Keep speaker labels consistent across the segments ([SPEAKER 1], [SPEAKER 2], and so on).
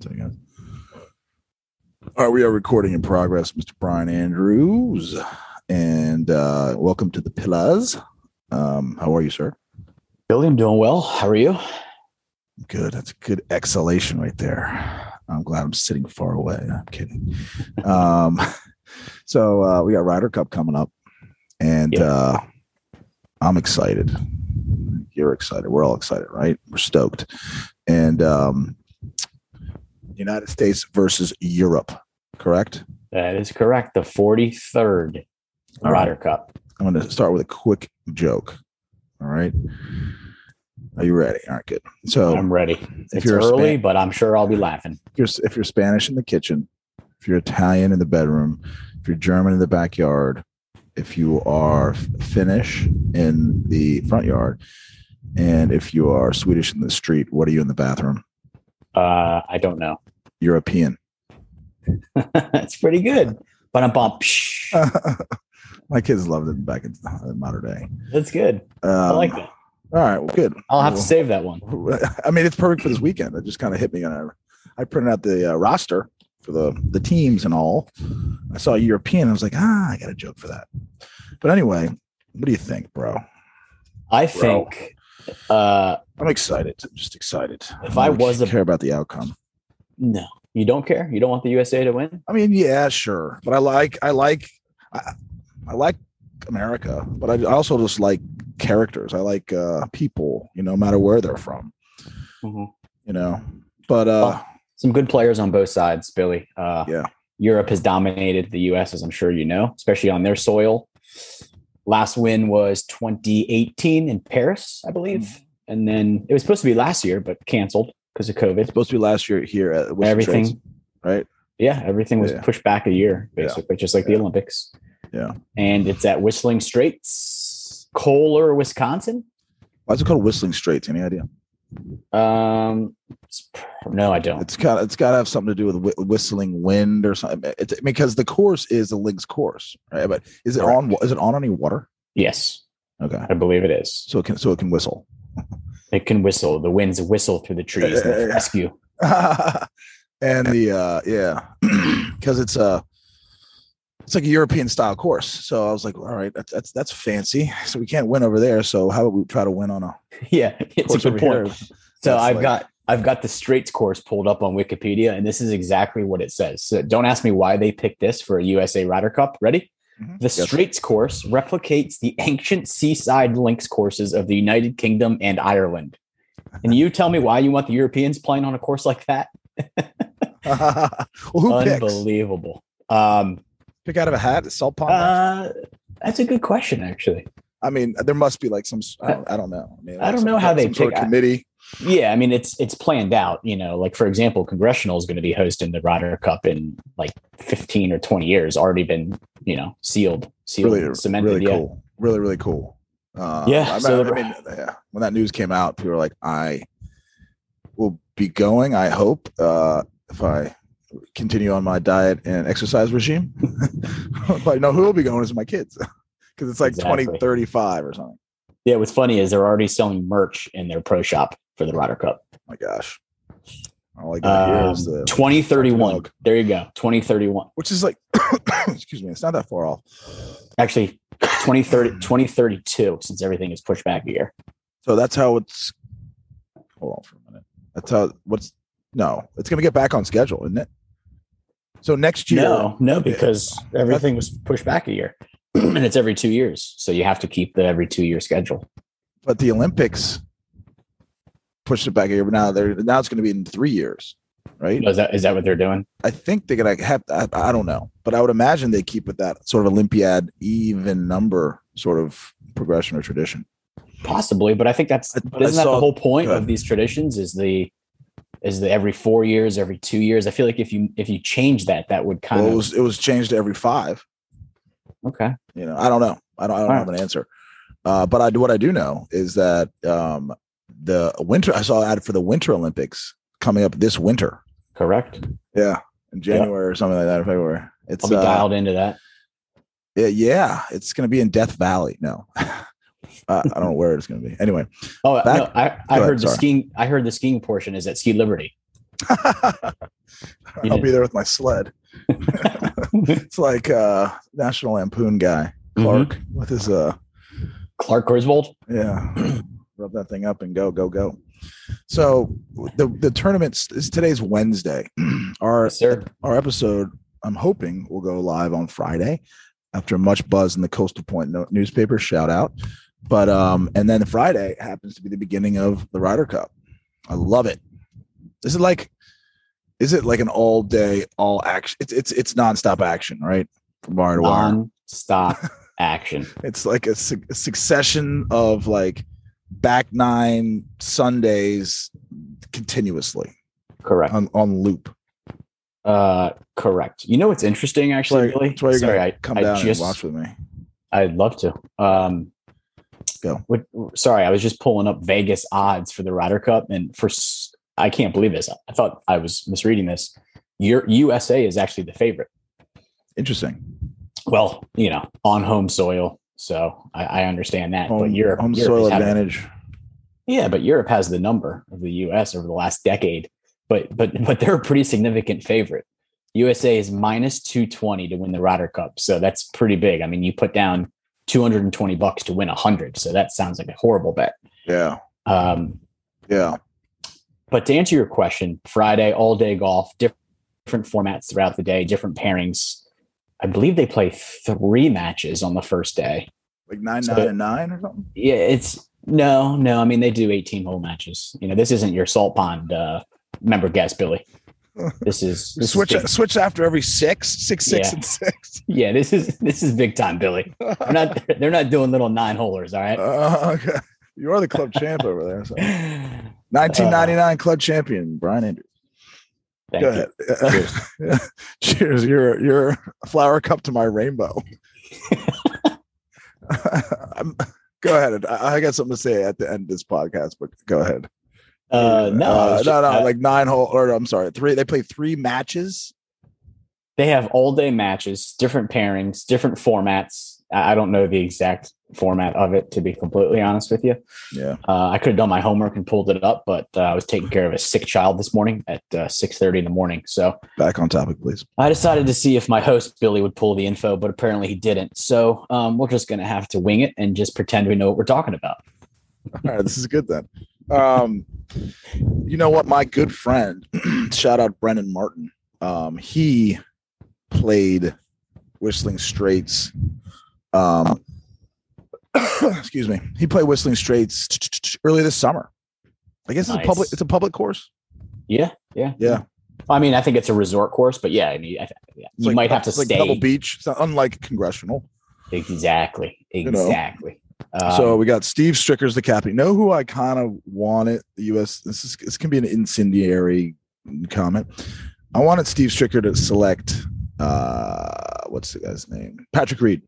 [SPEAKER 1] Second. All right, we are recording in progress, Mr. Brian Andrews, and uh, welcome to the Pillars. Um, how are you, sir?
[SPEAKER 2] Billy, I'm doing well. How are you?
[SPEAKER 1] Good. That's a good exhalation right there. I'm glad I'm sitting far away. I'm kidding. um, so uh, we got Ryder Cup coming up, and
[SPEAKER 2] Yeah.
[SPEAKER 1] uh, I'm excited. You're excited. We're all excited, right? We're stoked. And um, United States versus Europe, correct?
[SPEAKER 2] That is correct. The 43rd
[SPEAKER 1] All right.
[SPEAKER 2] Ryder Cup.
[SPEAKER 1] I'm going to start with a quick joke. All right. Are you ready? All right, good. So
[SPEAKER 2] I'm ready. It's
[SPEAKER 1] you're a span-
[SPEAKER 2] early, but I'm sure I'll be laughing.
[SPEAKER 1] if you're, if you're Spanish in the kitchen, if you're Italian in the bedroom, if you're German in the backyard, if you are Finnish in the front yard, and if you are Swedish in the street, what are you in the bathroom?
[SPEAKER 2] Uh, I don't know.
[SPEAKER 1] European.
[SPEAKER 2] That's pretty good. But I'm pumped.
[SPEAKER 1] My kids loved it back in the modern day.
[SPEAKER 2] That's good.
[SPEAKER 1] Um,
[SPEAKER 2] I like that.
[SPEAKER 1] All right, well, good.
[SPEAKER 2] I'll have to save that one.
[SPEAKER 1] I mean, it's perfect for this weekend. It just kind of hit me. And I, I printed out the uh, roster for the the teams and all. I saw European. I was like, ah, I got a joke for that. But anyway, what do you think, bro?
[SPEAKER 2] I think uh,
[SPEAKER 1] I'm excited. I'm just excited.
[SPEAKER 2] If I
[SPEAKER 1] don't
[SPEAKER 2] was a-
[SPEAKER 1] care about the outcome,
[SPEAKER 2] no, you don't care. You don't want the USA to win.
[SPEAKER 1] I mean, yeah, sure. But I like, I like, I, I like America. But I also just like characters. I like uh, people. You know, no matter where they're from.
[SPEAKER 2] Mm-hmm.
[SPEAKER 1] You know. But uh,
[SPEAKER 2] Oh. Some good players on both sides, Billy. Uh,
[SPEAKER 1] Yeah.
[SPEAKER 2] Europe has dominated the U.S., as I'm sure you know, especially on their soil. Last win was 2018 in Paris, I believe.
[SPEAKER 1] Mm-hmm.
[SPEAKER 2] And then it was supposed to be last year, but canceled because of COVID.
[SPEAKER 1] supposed to be last year here at Whistler Straits,
[SPEAKER 2] everything
[SPEAKER 1] right?
[SPEAKER 2] yeah everything was
[SPEAKER 1] Yeah.
[SPEAKER 2] pushed back a year
[SPEAKER 1] Yeah.
[SPEAKER 2] basically just like
[SPEAKER 1] Yeah.
[SPEAKER 2] the olympics
[SPEAKER 1] Yeah.
[SPEAKER 2] and it's at whistling straits kohler wisconsin
[SPEAKER 1] Why is it called Whistling Straits? Any idea?
[SPEAKER 2] um it's pr- no i don't
[SPEAKER 1] It's got it's got to have something to do with whi- whistling wind or something. It's, because the course is the links course, right? But is it
[SPEAKER 2] Correct.
[SPEAKER 1] on is it on any water?
[SPEAKER 2] yes
[SPEAKER 1] Okay,
[SPEAKER 2] i believe it is
[SPEAKER 1] so it can so it can whistle.
[SPEAKER 2] it can whistle the winds whistle through the trees
[SPEAKER 1] Yeah, yeah,
[SPEAKER 2] and
[SPEAKER 1] yeah.
[SPEAKER 2] rescue
[SPEAKER 1] and the uh yeah, because it's a it's like a European style course. So I was like, all right, that's that's that's fancy. So we can't win over there. So how about we try to win on a
[SPEAKER 2] yeah it's a
[SPEAKER 1] course
[SPEAKER 2] good
[SPEAKER 1] over here?
[SPEAKER 2] point so
[SPEAKER 1] That's
[SPEAKER 2] i've
[SPEAKER 1] like-
[SPEAKER 2] got i've got the straits course pulled up on wikipedia and this is exactly what it says so don't ask me why they picked this for a usa Ryder cup ready
[SPEAKER 1] Mhm.
[SPEAKER 2] The Straits course replicates the ancient seaside links courses of the United Kingdom and Ireland. And you tell me why you want the Europeans playing on a course like that?
[SPEAKER 1] well, who picks?
[SPEAKER 2] Unbelievable. Um,
[SPEAKER 1] Pick out of a hat. It's Salt Pond.
[SPEAKER 2] uh, that's a good question, actually.
[SPEAKER 1] I mean, there must be like some. s- I don't, I don't know. I, mean,
[SPEAKER 2] I
[SPEAKER 1] like
[SPEAKER 2] don't
[SPEAKER 1] some
[SPEAKER 2] know how
[SPEAKER 1] kind-
[SPEAKER 2] they
[SPEAKER 1] some sort of
[SPEAKER 2] pick- I-
[SPEAKER 1] committee.
[SPEAKER 2] Yeah, I mean it's it's planned out. You know, like for example, Congressional is going to be hosting the Ryder Cup in like fifteen or twenty years. Already been you know sealed, sealed,
[SPEAKER 1] Really,
[SPEAKER 2] cemented.
[SPEAKER 1] really
[SPEAKER 2] yeah.
[SPEAKER 1] cool. Really, really cool. Uh,
[SPEAKER 2] Yeah,
[SPEAKER 1] I,
[SPEAKER 2] so
[SPEAKER 1] I
[SPEAKER 2] the-
[SPEAKER 1] mean, yeah, when that news came out, people were like, "I will be going. I hope uh, if I continue on my diet and exercise regime." but no, who will be going is my kids because it's like
[SPEAKER 2] Exactly.
[SPEAKER 1] twenty thirty five or something.
[SPEAKER 2] yeah, what's funny is they're already selling merch in their pro shop for the Ryder Cup.
[SPEAKER 1] Oh my gosh, all I got here
[SPEAKER 2] Um,
[SPEAKER 1] is the
[SPEAKER 2] 2031.
[SPEAKER 1] Dog.
[SPEAKER 2] There you go. 2031.
[SPEAKER 1] which is like, excuse me, it's not that far off.
[SPEAKER 2] Actually,
[SPEAKER 1] Hmm.
[SPEAKER 2] 2030, 2032, since everything is pushed back a year.
[SPEAKER 1] So that's how it's. Hold on for a minute. That's how what's no. It's going to get back on schedule, isn't it? So next year,
[SPEAKER 2] No, no, because everything was pushed back a year. and it's every two years. So you have to keep the every two year schedule.
[SPEAKER 1] but the Olympics pushed it back a year. But now they're now it's going to be in three years, right?
[SPEAKER 2] Is that is that what they're doing?
[SPEAKER 1] I think they're going to have. I, I don't know, but I would imagine they keep with that sort of Olympiad even number sort of progression or tradition.
[SPEAKER 2] Possibly, but I think that's
[SPEAKER 1] I-
[SPEAKER 2] but
[SPEAKER 1] I
[SPEAKER 2] isn't that
[SPEAKER 1] saw-
[SPEAKER 2] the whole point
[SPEAKER 1] go ahead.
[SPEAKER 2] of these traditions is the is the every four years, every two years. I feel like if you if you change that, that would kind
[SPEAKER 1] Well, it
[SPEAKER 2] of
[SPEAKER 1] was it was changed to every five.
[SPEAKER 2] okay.
[SPEAKER 1] you know i don't know i don't, I don't
[SPEAKER 2] All
[SPEAKER 1] have an answer uh, but i do what i do know is that um, the winter i saw an ad for the winter olympics coming up this winter
[SPEAKER 2] Correct.
[SPEAKER 1] yeah in january or something like that or february it's
[SPEAKER 2] I'll be
[SPEAKER 1] uh,
[SPEAKER 2] dialed into that.
[SPEAKER 1] yeah, yeah it's gonna be in death valley no uh, i don't know where it's gonna be anyway
[SPEAKER 2] Oh
[SPEAKER 1] back-
[SPEAKER 2] no, I, I
[SPEAKER 1] ahead,
[SPEAKER 2] heard the
[SPEAKER 1] sorry.
[SPEAKER 2] skiing I heard the skiing portion is at Ski Liberty.
[SPEAKER 1] I'll be there with my sled. it's like uh, National Lampoon guy Clark
[SPEAKER 2] Mm-hmm.
[SPEAKER 1] with his uh,
[SPEAKER 2] Clark Griswold.
[SPEAKER 1] yeah, rub that thing up and go, go, go. So the the tournament is today's Wednesday. Our
[SPEAKER 2] Yes, sir.
[SPEAKER 1] our episode, I'm hoping, will go live on Friday after much buzz in the Coastal Point no- newspaper. Shout out. But um, and then Friday happens to be the beginning of the Ryder Cup. I love it. Is it like, is it like an all day, all action? It's it's it's nonstop action, right? From wire to wire.
[SPEAKER 2] Non-stop action.
[SPEAKER 1] It's like a, su- a succession of like back nine Sundays continuously
[SPEAKER 2] Correct.
[SPEAKER 1] on, on loop.
[SPEAKER 2] Uh, correct. You know what's interesting,
[SPEAKER 1] That's why,
[SPEAKER 2] actually. really,
[SPEAKER 1] that's why you're
[SPEAKER 2] Sorry,
[SPEAKER 1] gonna
[SPEAKER 2] I
[SPEAKER 1] come
[SPEAKER 2] I
[SPEAKER 1] down
[SPEAKER 2] just-
[SPEAKER 1] and watch with me.
[SPEAKER 2] I'd love to. Um,
[SPEAKER 1] Go.
[SPEAKER 2] What, sorry, I was just pulling up Vegas odds for the Ryder Cup, and for s- I can't believe this. I thought I was misreading this. Your USA is actually the favorite.
[SPEAKER 1] Interesting.
[SPEAKER 2] Well, you know, on home soil, so I, I understand that.
[SPEAKER 1] Home,
[SPEAKER 2] but Europe,
[SPEAKER 1] home
[SPEAKER 2] Europe
[SPEAKER 1] soil
[SPEAKER 2] is having-
[SPEAKER 1] advantage.
[SPEAKER 2] yeah, but Europe has the number of the U.S. over the last decade. But but but they're a pretty significant favorite. USA is minus two twenty to win the Ryder Cup, so that's pretty big. I mean, you put down two hundred and twenty bucks to win hundred, so that sounds like a horrible bet.
[SPEAKER 1] Yeah.
[SPEAKER 2] Um,
[SPEAKER 1] Yeah.
[SPEAKER 2] but to answer your question, Friday all day golf, diff- different formats throughout the day, different pairings. I believe they play three matches on the first day.
[SPEAKER 1] Like nine,
[SPEAKER 2] So-
[SPEAKER 1] nine, and nine or something.
[SPEAKER 2] Yeah, it's no, no. I mean, they do 18 hole matches. You know, this isn't your salt pond uh, member guest, Billy. This is this is
[SPEAKER 1] switch
[SPEAKER 2] big-
[SPEAKER 1] switch after every six, six, six,
[SPEAKER 2] Yeah.
[SPEAKER 1] and six.
[SPEAKER 2] yeah, this is this is big time, Billy. They're not they're not doing little nine holers, all right.
[SPEAKER 1] Uh, okay. You are the club champ over there.
[SPEAKER 2] Uh,
[SPEAKER 1] So. 1999 club champion Brian Andrews.
[SPEAKER 2] Thank
[SPEAKER 1] Go
[SPEAKER 2] you.
[SPEAKER 1] ahead. Cheers. You're you're a flower cup to my rainbow. I'm, go ahead. I, I got something to say at the end of this podcast, but go ahead.
[SPEAKER 2] Uh, no, I
[SPEAKER 1] Uh,
[SPEAKER 2] was
[SPEAKER 1] no,
[SPEAKER 2] ju-
[SPEAKER 1] no.
[SPEAKER 2] uh,
[SPEAKER 1] like nine hole, or I'm sorry, three. They play three matches.
[SPEAKER 2] they have all day matches, different pairings, different formats. I I don't know the exact format of it, to be completely honest with you.
[SPEAKER 1] Yeah.
[SPEAKER 2] Uh, I could have done my homework and pulled it up, but uh, I was taking care of a sick child this morning at uh, six thirty in the morning. So
[SPEAKER 1] Back on topic, please.
[SPEAKER 2] I decided to see if my host Billy would pull the info, but apparently he didn't. So um, we're just going to have to wing it and just pretend we know what we're talking about.
[SPEAKER 1] All right, this is good then. Um, you know what? My good friend, shout out Brendan Martin. Um, he played Whistling Straits. Um, excuse me. He played Whistling Straits t- t- t- early this summer. I guess it's
[SPEAKER 2] Nice.
[SPEAKER 1] a public. It's a public course.
[SPEAKER 2] Yeah, yeah,
[SPEAKER 1] Yeah.
[SPEAKER 2] I mean, I think it's a resort course, but yeah, I mean, I, yeah,
[SPEAKER 1] It's
[SPEAKER 2] you
[SPEAKER 1] like-
[SPEAKER 2] might have to
[SPEAKER 1] it's like
[SPEAKER 2] stay.
[SPEAKER 1] Pebble Beach. It's not unlike Congressional.
[SPEAKER 2] exactly,
[SPEAKER 1] know.
[SPEAKER 2] exactly. Um,
[SPEAKER 1] so we got Steve Stricker's the captain. You know who I kind of wanted? The U.S. This is this can be an incendiary comment. I wanted Steve Stricker to select uh what's the guy's name? Patrick Reed.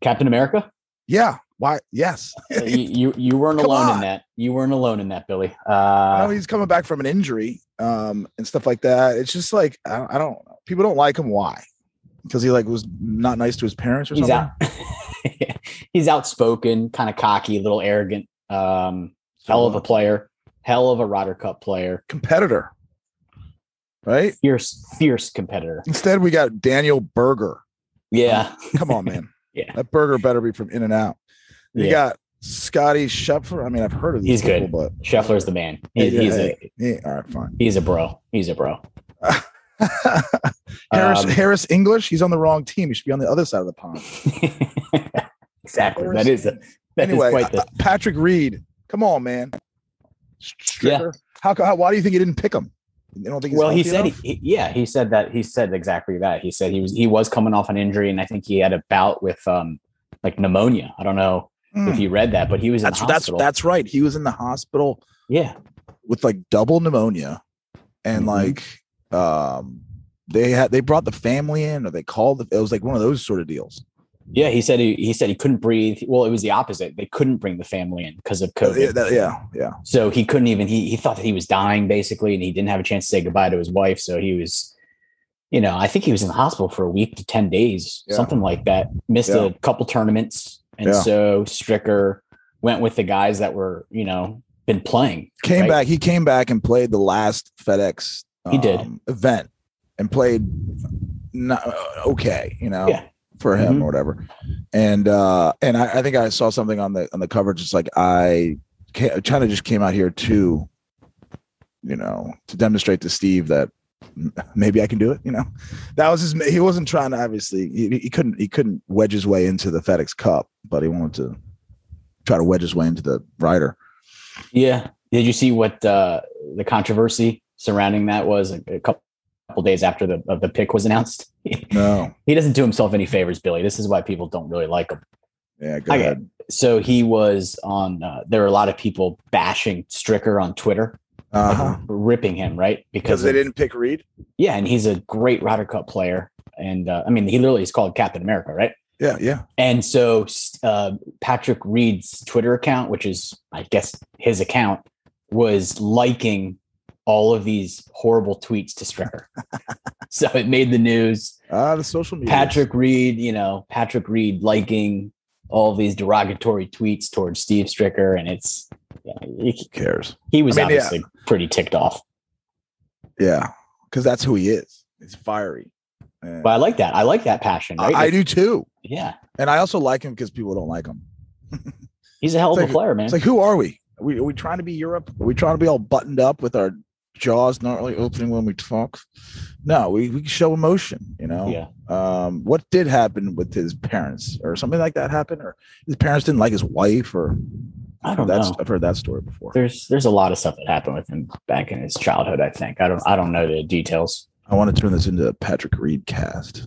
[SPEAKER 2] Captain America.
[SPEAKER 1] Yeah. Why? Yes.
[SPEAKER 2] Uh, you, you you weren't
[SPEAKER 1] Come
[SPEAKER 2] alone
[SPEAKER 1] on.
[SPEAKER 2] in that. You weren't alone in that, Billy.
[SPEAKER 1] I know
[SPEAKER 2] Uh,
[SPEAKER 1] he's coming back from an injury um and stuff like that. It's just like I don't, I don't people don't like him. Why? Because he like was not nice to his parents or
[SPEAKER 2] he's
[SPEAKER 1] something.
[SPEAKER 2] out. he's outspoken, kind of cocky, a little arrogant. Um, hell of a player. Hell of a Ryder Cup player.
[SPEAKER 1] competitor. Right?
[SPEAKER 2] Fierce, fierce competitor.
[SPEAKER 1] Instead, we got Daniel Berger.
[SPEAKER 2] Yeah,
[SPEAKER 1] Come on, man.
[SPEAKER 2] Yeah.
[SPEAKER 1] That burger better be from In and Out. You
[SPEAKER 2] Yeah.
[SPEAKER 1] got Scotty Scheffler. I mean, I've heard of these
[SPEAKER 2] He's good.
[SPEAKER 1] people, but
[SPEAKER 2] Scheffler's the man. He-
[SPEAKER 1] Yeah,
[SPEAKER 2] he's
[SPEAKER 1] hey.
[SPEAKER 2] a
[SPEAKER 1] yeah, all right, fine.
[SPEAKER 2] he's a bro. He's a bro.
[SPEAKER 1] Harris
[SPEAKER 2] Um,
[SPEAKER 1] Harris English, he's on the wrong team. He should be on the other side of the pond.
[SPEAKER 2] exactly. That is a that is
[SPEAKER 1] anyway,
[SPEAKER 2] quite the
[SPEAKER 1] uh, Patrick Reed. Come on, man. Stricker. How, co- how why do you think you didn't pick him? You don't think he's
[SPEAKER 2] well he
[SPEAKER 1] healthy
[SPEAKER 2] said
[SPEAKER 1] enough?
[SPEAKER 2] he, yeah he said that he said exactly that he said he was he was coming off an injury and i think he had a bout with um like pneumonia i don't know
[SPEAKER 1] Mm,
[SPEAKER 2] if you read that but he was in
[SPEAKER 1] that's
[SPEAKER 2] the
[SPEAKER 1] that's
[SPEAKER 2] hospital
[SPEAKER 1] that's right. He was in the hospital
[SPEAKER 2] yeah
[SPEAKER 1] with like double pneumonia and
[SPEAKER 2] Mhm.
[SPEAKER 1] like um they had they brought the family in or they called the, it was like one of those sort of deals
[SPEAKER 2] yeah he said he, he said he couldn't breathe well it was the opposite they couldn't bring the family in because of covid
[SPEAKER 1] Oh, yeah that- yeah, yeah.
[SPEAKER 2] so he couldn't even he, he thought that he was dying basically and he didn't have a chance to say goodbye to his wife so he was you know i think he was in the hospital for a week to 10 days
[SPEAKER 1] Yeah.
[SPEAKER 2] something like that missed
[SPEAKER 1] Yeah.
[SPEAKER 2] a couple tournaments and
[SPEAKER 1] Yeah.
[SPEAKER 2] so stricker went with the guys that were you know been playing
[SPEAKER 1] came
[SPEAKER 2] right?
[SPEAKER 1] back he came back and played the last fedex um,
[SPEAKER 2] He did.
[SPEAKER 1] event and played not okay, you know,
[SPEAKER 2] Yeah.
[SPEAKER 1] for him
[SPEAKER 2] Mhm.
[SPEAKER 1] or whatever. And uh and I, I think I saw something on the on the cover just like I ca- China just came out here to you know, to demonstrate to Steve that m- maybe I can do it, you know. That was his he wasn't trying to obviously he, he couldn't he couldn't wedge his way into the FedEx Cup, but he wanted to try to wedge his way into the rider.
[SPEAKER 2] Yeah. Did you see what uh, the controversy surrounding that was a, a couple, couple days after the of the pick was announced? he
[SPEAKER 1] No.
[SPEAKER 2] doesn't do himself any favors, Billy. This is why people don't really like him.
[SPEAKER 1] Yeah, go
[SPEAKER 2] I get
[SPEAKER 1] ahead.
[SPEAKER 2] So he was on. Uh, there were a lot of people bashing Stricker on Twitter, like,
[SPEAKER 1] Uh-huh.
[SPEAKER 2] ripping him, right?
[SPEAKER 1] Because they
[SPEAKER 2] of-
[SPEAKER 1] didn't pick Reed.
[SPEAKER 2] Yeah, and he's a great Ryder Cup player, and uh, I mean, he literally is called Captain America, right?
[SPEAKER 1] Yeah, yeah.
[SPEAKER 2] And so s- uh, Patrick Reed's Twitter account, which is, I guess, his account, was liking all of these horrible tweets to Stricker. so it made the news.
[SPEAKER 1] Ah, the social media.
[SPEAKER 2] Patrick Reed, you know, Patrick Reed liking all these derogatory tweets towards Steve Stricker. And it's, yeah, he,
[SPEAKER 1] cares.
[SPEAKER 2] he was
[SPEAKER 1] I mean, yeah.
[SPEAKER 2] obviously pretty ticked off.
[SPEAKER 1] Yeah, because that's who he is. He's fiery. And
[SPEAKER 2] But I like that. I like that passion, right?
[SPEAKER 1] I, I do too,
[SPEAKER 2] Yeah.
[SPEAKER 1] and I also like him because people don't like him.
[SPEAKER 2] He's a hell of
[SPEAKER 1] It's
[SPEAKER 2] a
[SPEAKER 1] like-
[SPEAKER 2] player, man.
[SPEAKER 1] It's like, who are we? Are we, are we trying to be Europe? Are we trying to be all buttoned up with our jaws not really opening when we talk? No, we, we show emotion. You know,
[SPEAKER 2] yeah.
[SPEAKER 1] um, what did happen with his parents, or something like that happened, or his parents didn't like his wife, or
[SPEAKER 2] I don't
[SPEAKER 1] that's
[SPEAKER 2] know.
[SPEAKER 1] I've heard that story before.
[SPEAKER 2] there's there's a lot of stuff that happened with him back in his childhood. I think I don't I don't know the details,
[SPEAKER 1] I want to turn this into a Patrick Reed cast.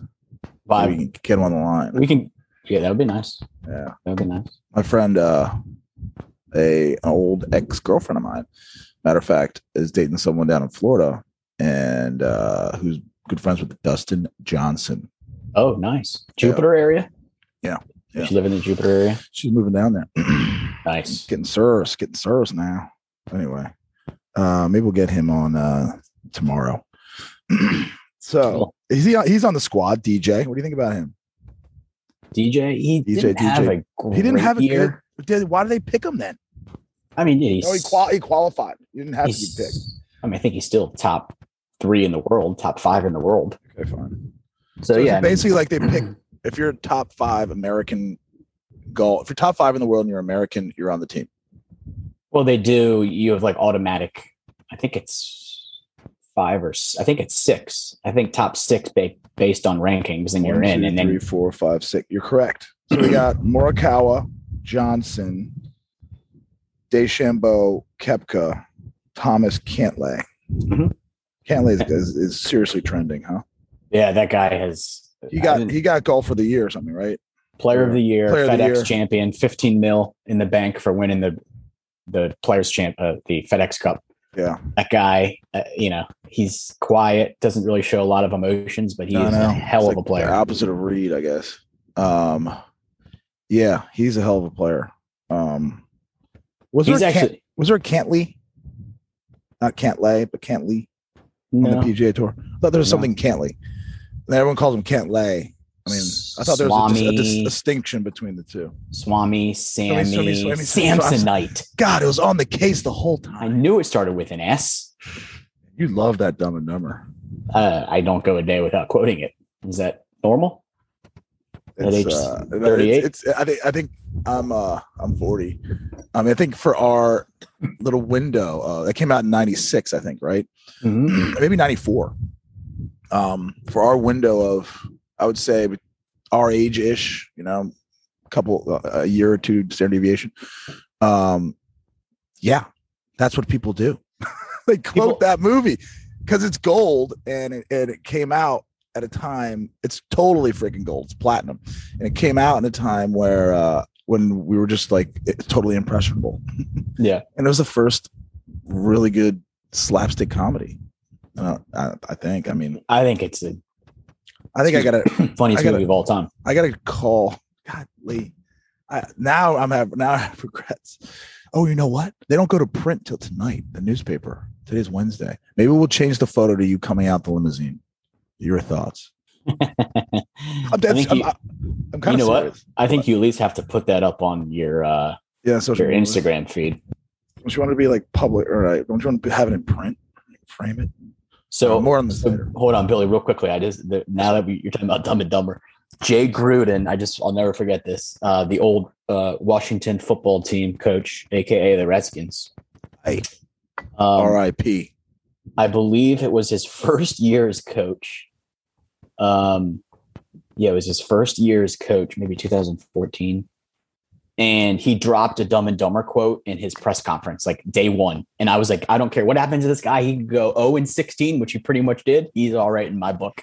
[SPEAKER 2] but
[SPEAKER 1] we can get him on the line.
[SPEAKER 2] we can yeah that would be nice.
[SPEAKER 1] yeah.
[SPEAKER 2] That would be nice.
[SPEAKER 1] my friend uh a an old ex-girlfriend of mine matter of fact is dating someone down in florida and uh who's good friends with dustin johnson
[SPEAKER 2] Oh, nice Jupiter area.
[SPEAKER 1] Yeah.
[SPEAKER 2] You
[SPEAKER 1] Yeah.
[SPEAKER 2] should live in the Jupiter area.
[SPEAKER 1] she's moving down there
[SPEAKER 2] Nice.
[SPEAKER 1] getting service getting service now anyway uh maybe we'll get him on uh tomorrow so
[SPEAKER 2] Cool.
[SPEAKER 1] is he on, he's on the squad dj what do you think about him
[SPEAKER 2] DJ. He
[SPEAKER 1] DJ,
[SPEAKER 2] didn't have a great
[SPEAKER 1] he didn't have a
[SPEAKER 2] year.
[SPEAKER 1] good did- why did they pick him then
[SPEAKER 2] I mean, yeah, he's,
[SPEAKER 1] no he, qual- he qualified he didn't have to be
[SPEAKER 2] he's-
[SPEAKER 1] picked
[SPEAKER 2] I mean, I think he's still top three in the world, top five in the world.
[SPEAKER 1] okay fine
[SPEAKER 2] So,
[SPEAKER 1] so, it's
[SPEAKER 2] yeah, I mean, mm-hmm.
[SPEAKER 1] basically like they picked if you're top five American golf, if you're top five in the world and you're American, you're on the team.
[SPEAKER 2] Well, they do. You have like automatic. I think it's five or s- I think it's six. I think top six ba- based on rankings, and you're
[SPEAKER 1] One,
[SPEAKER 2] in.
[SPEAKER 1] two,
[SPEAKER 2] And then
[SPEAKER 1] three, four, five, six. You're correct. So we got Morikawa, Johnson, Deschambeau, Kepka, Thomas Cantlay.
[SPEAKER 2] Mhm.
[SPEAKER 1] Cantlay is, is, is seriously trending, huh?
[SPEAKER 2] yeah, that guy has.
[SPEAKER 1] He
[SPEAKER 2] I
[SPEAKER 1] got
[SPEAKER 2] didn't-
[SPEAKER 1] he got golf of the year or something, right?
[SPEAKER 2] player of the year,
[SPEAKER 1] Player of the
[SPEAKER 2] FedEx
[SPEAKER 1] year.
[SPEAKER 2] champion, 15 mil in the bank for winning the the players champ, uh, the FedEx Cup.
[SPEAKER 1] Yeah.
[SPEAKER 2] That guy, uh, you know, he's quiet, doesn't really show a lot of emotions, but he
[SPEAKER 1] No,
[SPEAKER 2] is
[SPEAKER 1] no.
[SPEAKER 2] a hell
[SPEAKER 1] It's like
[SPEAKER 2] of a player.
[SPEAKER 1] The opposite of Reed, I guess. Um, yeah, he's a hell of a player. Um, was
[SPEAKER 2] he's
[SPEAKER 1] there a Can-
[SPEAKER 2] actually
[SPEAKER 1] was there a Cantley? Not Cantlay, but Cantley on
[SPEAKER 2] no,
[SPEAKER 1] the PGA Tour. I thought there was
[SPEAKER 2] No.
[SPEAKER 1] something Cantley. And everyone calls him Cantlay. I mean, I thought there was a, dis- a dis-
[SPEAKER 2] Swami.
[SPEAKER 1] distinction between the two. Swami,
[SPEAKER 2] Swami, Sammy,
[SPEAKER 1] Swami, Swami, Swami,
[SPEAKER 2] Samsonite.
[SPEAKER 1] God, it was on the case the whole
[SPEAKER 2] I
[SPEAKER 1] time.
[SPEAKER 2] knew it started with an S.
[SPEAKER 1] You love that dumb and dumber.
[SPEAKER 2] Uh, I don't go a day without quoting it. Is that normal? At age
[SPEAKER 1] It's, uh, no, it's-
[SPEAKER 2] 38?
[SPEAKER 1] It's, I think I think I'm uh I'm 40. I mean, I think for our little window uh, that came out in '96, I think, right? Mm-hmm.
[SPEAKER 2] Mhm.
[SPEAKER 1] maybe 94 um for our window of i would say our age ish you know couple uh, a year or two standard deviation um yeah that's what people do they quote
[SPEAKER 2] People-
[SPEAKER 1] that movie because it's gold and it, and it came out at a time it's totally freaking gold it's platinum and it came out in a time where uh when we were just like totally impressionable
[SPEAKER 2] Yeah.
[SPEAKER 1] and it was the first really good slapstick comedy. Uh, I, I think. I mean,
[SPEAKER 2] I think it's the
[SPEAKER 1] I think I got to.
[SPEAKER 2] funniest
[SPEAKER 1] I gotta-
[SPEAKER 2] movie of all time.
[SPEAKER 1] I got to call. God, Lee. I, now I'm have now I have regrets. Oh, you know what? They don't go to print till tonight. The newspaper. Today's Wednesday. Maybe we'll change the photo to you coming out the limousine. Your thoughts? I'm,
[SPEAKER 2] I
[SPEAKER 1] dead,
[SPEAKER 2] think
[SPEAKER 1] I'm,
[SPEAKER 2] you-
[SPEAKER 1] I'm kind
[SPEAKER 2] you
[SPEAKER 1] of
[SPEAKER 2] know what?
[SPEAKER 1] serious.
[SPEAKER 2] I think you at least have to put that up on your uh,
[SPEAKER 1] Yeah, social
[SPEAKER 2] your
[SPEAKER 1] media.
[SPEAKER 2] Instagram feed.
[SPEAKER 1] Don't you want to be like public? All right. Don't you want to have it in print? Frame it.
[SPEAKER 2] So
[SPEAKER 1] Uh, more on this
[SPEAKER 2] so-
[SPEAKER 1] later.
[SPEAKER 2] um, hold on, Billy, real quickly. I just the, now that we, you're talking about Dumb and Dumber, Jay Gruden. I just I'll never forget this. Uh, the old uh, Washington football team coach, aka the Redskins.
[SPEAKER 1] Hey.
[SPEAKER 2] Um,
[SPEAKER 1] R.I.P.
[SPEAKER 2] I believe it was his first year as coach. Um, yeah, it was his first year as coach, maybe 2014. And he dropped a dumb and dumber quote in his press conference, like day one. And I was like, I don't care what happens to this guy. He can go 0 and 16, which he pretty much did. He's all right in my book.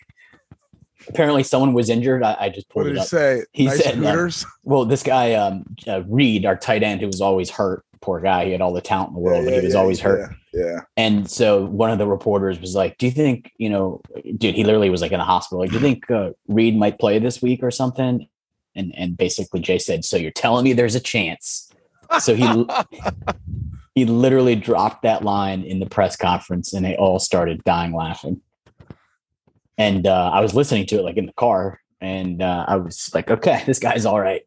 [SPEAKER 2] Apparently, someone was injured. I, I just
[SPEAKER 1] What did
[SPEAKER 2] pulled it
[SPEAKER 1] he
[SPEAKER 2] up.
[SPEAKER 1] say?
[SPEAKER 2] He
[SPEAKER 1] nice
[SPEAKER 2] said, uh,
[SPEAKER 1] Hooters.
[SPEAKER 2] Well, this guy, um, uh, Reed, our tight end, who was always hurt, poor guy. He had all the talent in the world, but he was always hurt.
[SPEAKER 1] Yeah. yeah.
[SPEAKER 2] And so one of the reporters was like, "Do you think you know, dude? He literally was like in a hospital. Like, do you think uh, Reed might play this week or something?" And and basically Jay said, "So you're telling me there's a chance?" So he he literally dropped that line in the press conference, and they all started dying laughing. And uh, I was listening to it like in the car, and uh, I was like, "Okay, this guy's all right."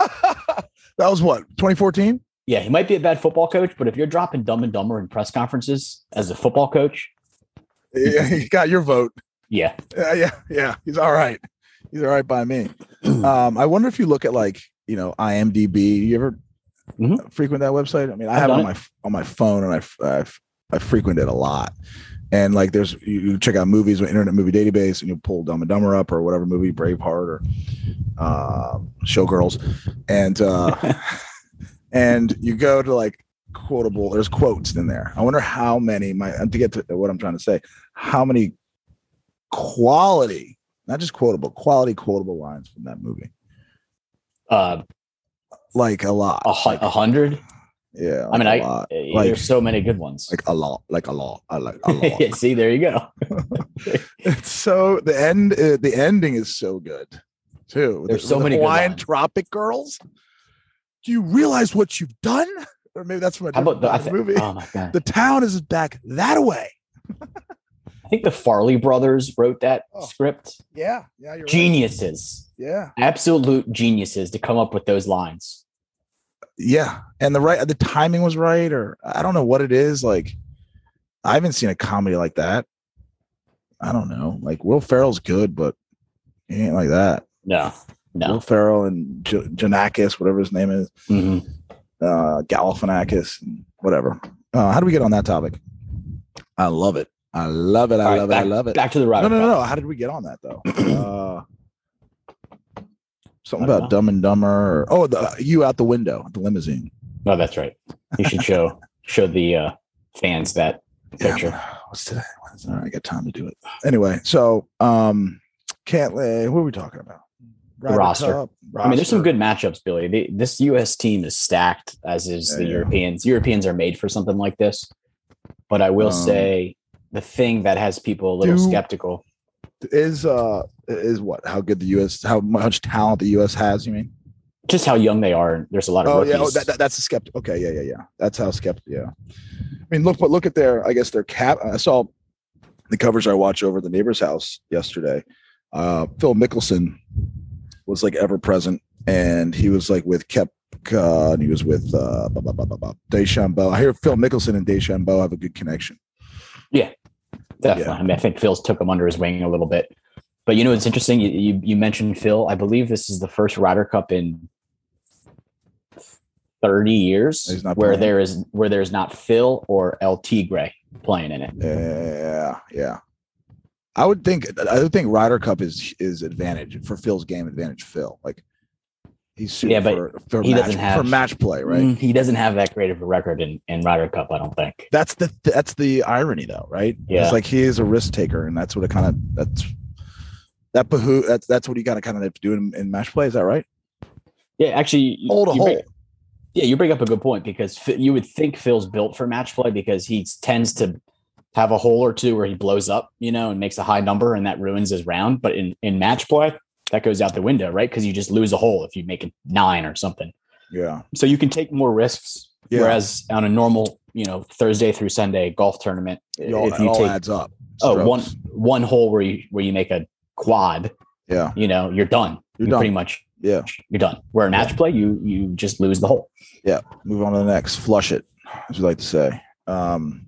[SPEAKER 1] that was what 2014.
[SPEAKER 2] Yeah, he might be a bad football coach, but if you're dropping Dumb and Dumber in press conferences as a football coach,
[SPEAKER 1] Yeah, he got your vote.
[SPEAKER 2] yeah,
[SPEAKER 1] Yeah, Uh, yeah, yeah. He's all right. He's all right by me. Um, I wonder if you look at like you know IMDb. You ever
[SPEAKER 2] Mhm.
[SPEAKER 1] frequent that website? I mean, I
[SPEAKER 2] I've
[SPEAKER 1] have it
[SPEAKER 2] done
[SPEAKER 1] on my on my phone, and I I, I frequent it a lot. And like, there's you, you check out movies with Internet Movie Database, and you pull Dumb and Dumber up or whatever movie, Braveheart or um Showgirls, and uh, and you go to like quotable. There's quotes in there. I wonder how many. My to get to what I'm trying to say, how many quality, not just quotable, quality quotable lines from that movie
[SPEAKER 2] uh,
[SPEAKER 1] like a lot.
[SPEAKER 2] a, hun- a hundred.
[SPEAKER 1] yeah,
[SPEAKER 2] Oh, I mean,
[SPEAKER 1] a
[SPEAKER 2] I
[SPEAKER 1] lot.
[SPEAKER 2] uh,
[SPEAKER 1] Like-
[SPEAKER 2] there's so many good ones.
[SPEAKER 1] like a lot, like a lot, I like a lot.
[SPEAKER 2] yeah, see, there you go.
[SPEAKER 1] It's so the end, uh, the ending is so good too.
[SPEAKER 2] There's
[SPEAKER 1] The-
[SPEAKER 2] so
[SPEAKER 1] the
[SPEAKER 2] many good
[SPEAKER 1] Hawaiian
[SPEAKER 2] lines.
[SPEAKER 1] Tropic girls. Do you realize what you've done? Or maybe that's from a
[SPEAKER 2] How
[SPEAKER 1] different
[SPEAKER 2] about the I
[SPEAKER 1] fucking
[SPEAKER 2] think,
[SPEAKER 1] movie.
[SPEAKER 2] Oh my god!
[SPEAKER 1] the town is back that way.
[SPEAKER 2] I think the Farley brothers wrote that
[SPEAKER 1] Oh,
[SPEAKER 2] script.
[SPEAKER 1] Yeah, yeah, you're right.
[SPEAKER 2] Geniuses,
[SPEAKER 1] Yeah,
[SPEAKER 2] absolute geniuses, to come up with those lines.
[SPEAKER 1] yeah, and the right, the timing was right, or I don't know what it is. Like, I haven't seen a comedy like that. I don't know. Like Will Ferrell's good, but he ain't like that.
[SPEAKER 2] No,
[SPEAKER 1] Will
[SPEAKER 2] no.
[SPEAKER 1] Ferrell and J- Janakis, whatever his name is,
[SPEAKER 2] Mhm.
[SPEAKER 1] uh, Galifianakis, and whatever. Uh, how do we get on that topic? I love it. I love it. I
[SPEAKER 2] All right,
[SPEAKER 1] love
[SPEAKER 2] back,
[SPEAKER 1] it. I love it.
[SPEAKER 2] Back to the
[SPEAKER 1] No,
[SPEAKER 2] rider.
[SPEAKER 1] no, no, no. How did we get on that though? Uh, something
[SPEAKER 2] I don't
[SPEAKER 1] about
[SPEAKER 2] know.
[SPEAKER 1] Dumb and Dumber. Or, oh, the, you out the window, the limousine.
[SPEAKER 2] No, Oh, that's right. You should show show the uh, fans that
[SPEAKER 1] Yeah,
[SPEAKER 2] picture.
[SPEAKER 1] but, what's today? What's- all right, I got time to do it. Anyway, so um, can't. Uh, what are we talking about? Ryder
[SPEAKER 2] roster.
[SPEAKER 1] Cup,
[SPEAKER 2] I mean, there's some
[SPEAKER 1] roster.
[SPEAKER 2] good matchups, Billy. The, this U.S. team is stacked, as is
[SPEAKER 1] Yeah,
[SPEAKER 2] the
[SPEAKER 1] yeah.
[SPEAKER 2] Europeans. Europeans are made for something like this. But I will
[SPEAKER 1] Um,
[SPEAKER 2] say the thing that has people a little
[SPEAKER 1] do-
[SPEAKER 2] skeptical.
[SPEAKER 1] is uh is what how good the U.S. how much talent the U.S. has. You mean?
[SPEAKER 2] Just how young they are. There's a lot of
[SPEAKER 1] Oh
[SPEAKER 2] rookies.
[SPEAKER 1] yeah, oh, that, that, that's a skeptic. Okay, yeah, yeah, yeah. That's how skeptic. Yeah, I mean, look, but look at their. I guess their cap. I saw the covers I watched over at the neighbor's house yesterday. Uh, Phil Mickelson was like ever present, and he was like with Kepka, and he was with uh, blah, blah, blah, blah, blah, Deschambeau. I hear Phil Mickelson and Deschambeau have a good connection.
[SPEAKER 2] Definitely.
[SPEAKER 1] yeah.
[SPEAKER 2] I mean, I think Phil's took him under his wing a little bit. But you know, it's interesting. You, you, you mentioned Phil. I believe this is the first Ryder Cup in 30 years
[SPEAKER 1] He's not
[SPEAKER 2] where
[SPEAKER 1] playing.
[SPEAKER 2] there is where there's not Phil or LT Gray playing in it.
[SPEAKER 1] Yeah, yeah. I would think I would think Ryder Cup is is advantage for Phil's game advantage Phil. Like he's suited
[SPEAKER 2] Yeah, but
[SPEAKER 1] for, for
[SPEAKER 2] he
[SPEAKER 1] match,
[SPEAKER 2] doesn't have-
[SPEAKER 1] for match play, right?
[SPEAKER 2] Mm, He doesn't have that great of a record in, in Ryder Cup, I don't think.
[SPEAKER 1] That's the that's the irony though, right?
[SPEAKER 2] Yeah.
[SPEAKER 1] It's like he is a risk taker and that's what it kind of that's that behoo that's that's what you gotta kind of have to do in, in match play, is that right?
[SPEAKER 2] Yeah, actually, you-
[SPEAKER 1] Hold a
[SPEAKER 2] you
[SPEAKER 1] hole.
[SPEAKER 2] bring- yeah, you bring up a good point because Phi- you would think Phil's built for match play because he tends to have a hole or two where he blows up, you know, and makes a high number, and that ruins his round. But in in match play, that goes out the window, right? Because you just lose a hole if you make a nine or something.
[SPEAKER 1] Yeah.
[SPEAKER 2] So you can take more risks.
[SPEAKER 1] Yeah.
[SPEAKER 2] Whereas on a normal, you know, Thursday through Sunday golf tournament,
[SPEAKER 1] It all,
[SPEAKER 2] if
[SPEAKER 1] it
[SPEAKER 2] you
[SPEAKER 1] all
[SPEAKER 2] take
[SPEAKER 1] adds up.
[SPEAKER 2] oh, one
[SPEAKER 1] Strokes.
[SPEAKER 2] one hole where you where you make a quad,
[SPEAKER 1] Yeah.
[SPEAKER 2] you know, you're done.
[SPEAKER 1] You're
[SPEAKER 2] you pretty
[SPEAKER 1] done.
[SPEAKER 2] much
[SPEAKER 1] Yeah.
[SPEAKER 2] you're done. Where in match play, you you just lose the hole.
[SPEAKER 1] Move on to the next. Flush it, as we like to say. Um,